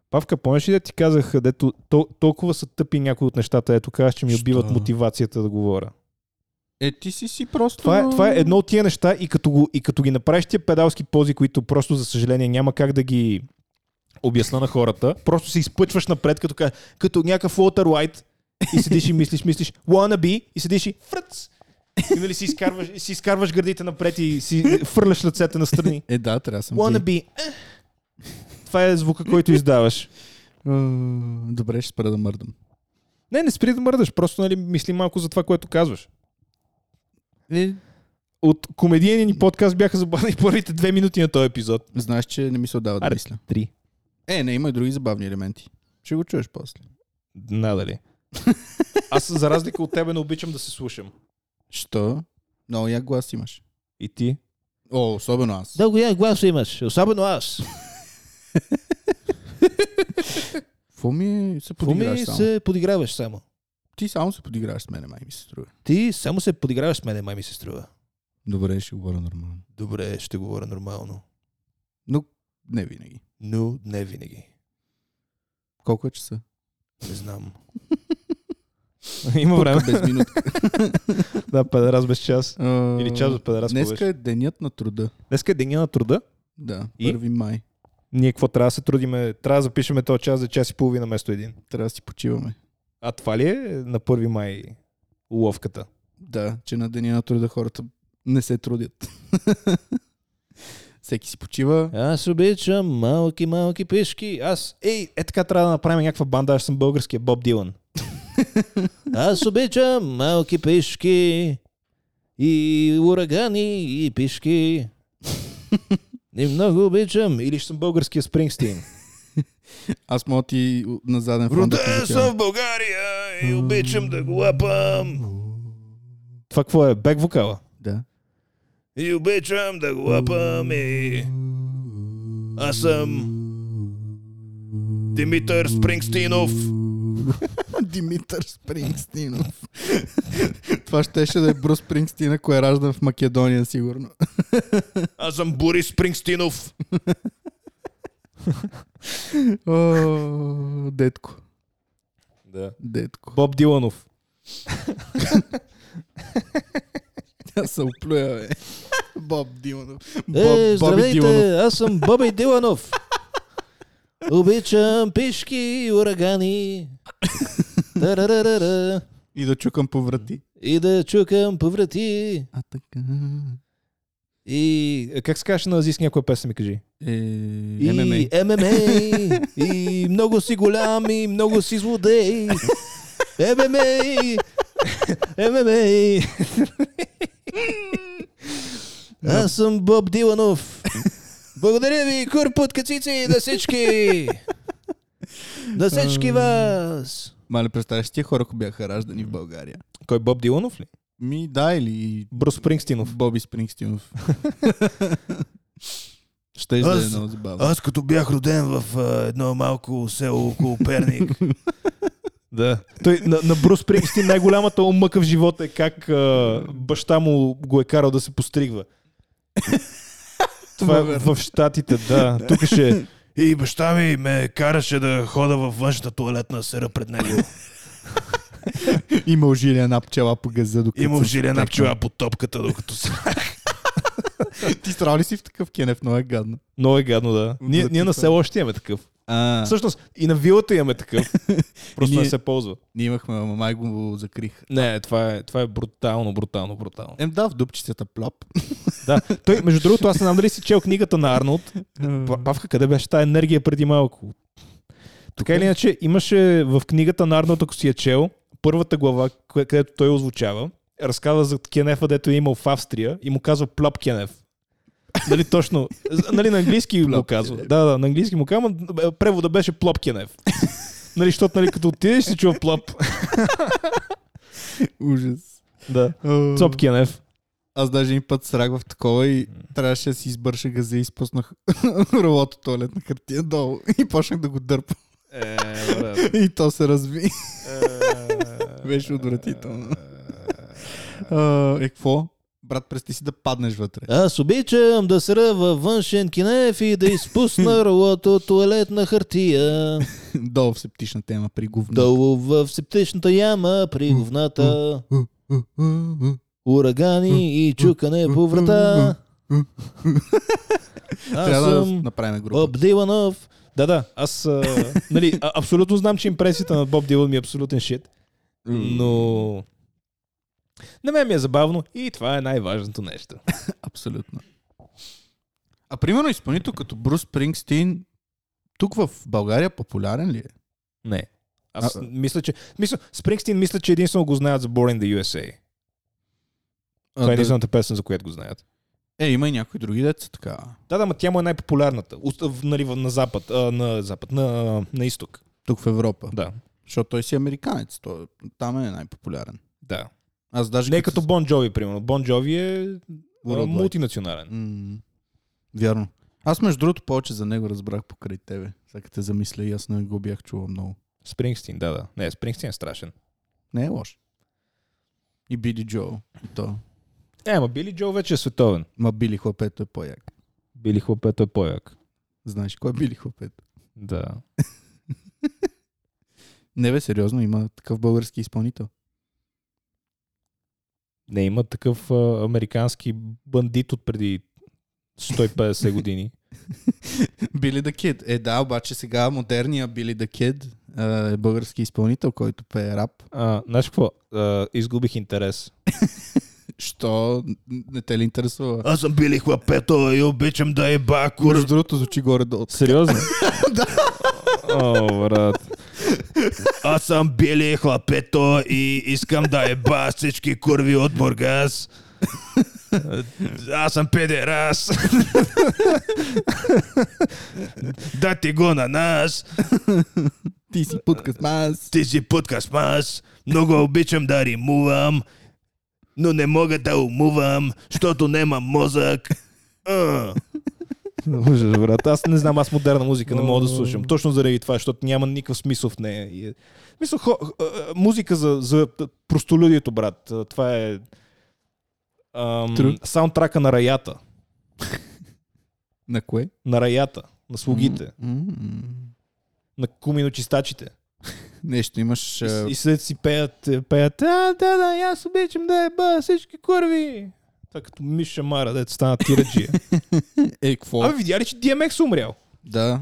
Павка, помниш ли да ти казах, дето то, толкова са тъпи някои от нещата, ето казваш, че ми Що? убиват мотивацията да говоря. Е, ти си си просто... Това е, това е едно от тия неща и като, го, и като ги направиш тия педалски пози, които просто, за съжаление, няма как да ги обясна на хората, просто се изпъчваш напред, като, ка- като някакъв Walter White и седиш и мислиш, мислиш, wanna be, и седиш и фръц. И нали си изкарваш, и си изкарваш гърдите напред и си фърляш ръцете настрани. Е, да, трябва да съм Wanna гей. be. Е. Това е звука, който издаваш. Е, Добре, ще спра да мърдам. Не, не спри да мърдаш, просто нали, мисли малко за това, което казваш. Е, От комедийния ни подкаст бяха забавни първите две минути на този епизод. знаеш, че не ми се отдава да Аре. мисля. Три. Е, не, има и други забавни елементи. Ще го чуеш после. Надали. Аз за разлика от тебе не обичам да се слушам. Що? Много як глас имаш. И ти? О, особено аз. Дълго я глас имаш, особено аз. Какво ми е- се подиграваш само? подиграваш само? Ти само се подиграваш с мене, май ми се струва. Ти само се подиграваш с мене, май ми се струва. Добре, ще говоря нормално. Добре, ще говоря нормално. Но не винаги. Но не винаги. Колко е часа? Не знам. Има време. Без минутка. да, педерас без час. А, Или час от педерас. Днеска е денят на труда. Днеска е деня на труда. Да, И? 1 май. Ние какво трябва да се трудиме? Трябва да запишеме този час за час и половина вместо един. Трябва да си почиваме. А това ли е на 1 май уловката? Да, че на деня на труда хората не се трудят. Всеки си почива. Аз обичам малки, малки пешки. Аз, ей, е така трябва да направим някаква банда. Аз съм българския Боб Дилан. Аз обичам малки пешки и урагани и пешки. И много обичам. Или ще съм българския Спрингстин. Аз мога ти на заден фон да ти запявам. в България и обичам да го лапам. Това какво е? Бек вокала? Да. И обичам да го лапам и... Аз съм Димитър Спрингстинов. Димитър Спрингстинов. Това щеше да е Брус Спрингстин, ако е раждан в Македония, сигурно. Аз съм Борис Спрингстинов. О, детко, Да. детко. Боб Диланов. Тя се оплюя, бе. Боб Диланов. Боб, Е, Боби Диланов. здравейте, аз съм Боби Диланов. Обичам пишки и урагани. Тарарарара. И да чукам по врати. И да чукам по врати. А така... И е, как се казваше на азийски някоя песен ми кажи? Е, И е- ММА. ММА. И много си голям и много си злодей. ММА. ММА. Аз съм Боб Диланов. Благодаря ви, Курпут Кацици, на всички! На всички вас! Мале, представяш си тия хора, ако бяха раждани в България. Кой Боб Диланов ли? Ми, да, или Брус Спрингстинов. Боби Спрингстинов. Ще е Аз- много забавно. Аз като бях роден в а, едно малко село около Перник. Да. Той, на, на Брус Спрингстин най-голямата му мъка в живота е как а, баща му го е карал да се постригва. Това е в Штатите, да. Тук ще... е И баща ми ме караше да хода във външната туалетна сера пред него. Имал жили една пчела по газа, докато Има съм в жили една текнал. пчела по топката, докато се... Ти страл ли си в такъв кенеф? Много е гадно. Много е гадно, да. Ние, ние на село още имаме такъв. А, Всъщност и на вилата имаме такъв. Просто не Ние- се ползва. ние имахме, ама май го закрих. Не, това е, това е брутално, брутално, брутално. Ем да, в дупчицата плоп. Да. Той, между другото, аз не знам дали си чел книгата на Арнолд. Па- Павка, къде беше тази енергия преди малко? Така или иначе, имаше в книгата на Арнолд, ако си я чел, първата глава, къ- където той озвучава, разказва за Кенефа, дето е имал в Австрия и му казва Плоп Кенеф. Нали точно? З- Нали на английски му Плоп казва. Да, да, на английски му казва, ама, е, превода беше Плоп Кенеф. Нали, защото нали, като отидеш си чува Плоп. Ужас. Да. Цоп Кенеф. Аз даже един път срах в такова и трябваше да си избърша газа и изпуснах ролото туалетна хартия долу и почнах да го дърпам. и то се разви. Беше отвратително. А, Е, какво? Брат, прести си да паднеш вътре. Аз обичам да сра във външен кинеф и да изпусна ролото туалетна хартия. Долу в септична тема при говно. Долу в септичната яма при говната. Урагани и чукане по врата. Аз Трябва да съм направим група. Боб Диланов. Да, да, аз а, нали, а, абсолютно знам, че импресията на Боб Дилан ми е абсолютен шит, но на мен ми е забавно и това е най-важното нещо. Абсолютно. А примерно изпълнител като Брус Спрингстин тук в България популярен ли е? Не. Аз А, а. мисля, че... Мисля, Спрингстин мисля, че единствено го знаят за Born in the USA. Това е единствената песен, за която го знаят. Е, има и някои други деца така. Да, да, ма тя му е най-популярната. Уст- в- Нали, в- на запад, а, на запад, на, на изток. Тук в Европа. Да, Защото той си е американец. Той, там е най-популярен. да. Аз даже... Не е като Бон Джови, примерно. Бон Джови е а, Worldwide. мултинационален. М, Вярно. Аз между другото повече за него разбрах покрай тебе. Сега те замисля и аз не го бях чувал много. Спрингстин, да, да. Не, Спрингстин е страшен. Не е лош. И Били Джо. И то. Е, ма Били Джо вече е световен. Ма Били хлапето е по-як. Били хлапето е по-як. Знаеш кой е Били хлапето? Да. Не бе, сериозно, има такъв български изпълнител. Не, има такъв а, американски бандит от преди 150 години. Били да Кид. Е, да, обаче сега модерния Били да Кид е български изпълнител, който пее рап. А, знаеш какво? А, изгубих интерес. Що н- не те ли интересува? Аз съм били хлапето и обичам да е бакур. Между другото, звучи горе-долу. Сериозно? О, брат. Аз съм били хлапето и искам да е ба всички курви от Бургас. Аз съм педерас. да ти го на нас. Ти си путка с нас. Ти си путка с мас. Много обичам да римувам. Но не мога да умувам, защото нямам мозък. А. Ужас, брат. Аз не знам, аз модерна музика не мога да слушам. Точно заради това, защото няма никакъв смисъл в нея. И е- Мисъл, хо, а, а, музика за, за простолюдието, брат. А, Това е ам, True. саундтрака на раята. На кое? На раята. На слугите. М-м. На куминочистачите. Нещо имаш... И, а, и след си пеят, е, пеят, а, да, да, и аз обичам да е ба, всички курви. Така като Миша Мара, дето стана тираджия. Е, какво? Ами- Абе, видя ли, че DMX умрял? Да.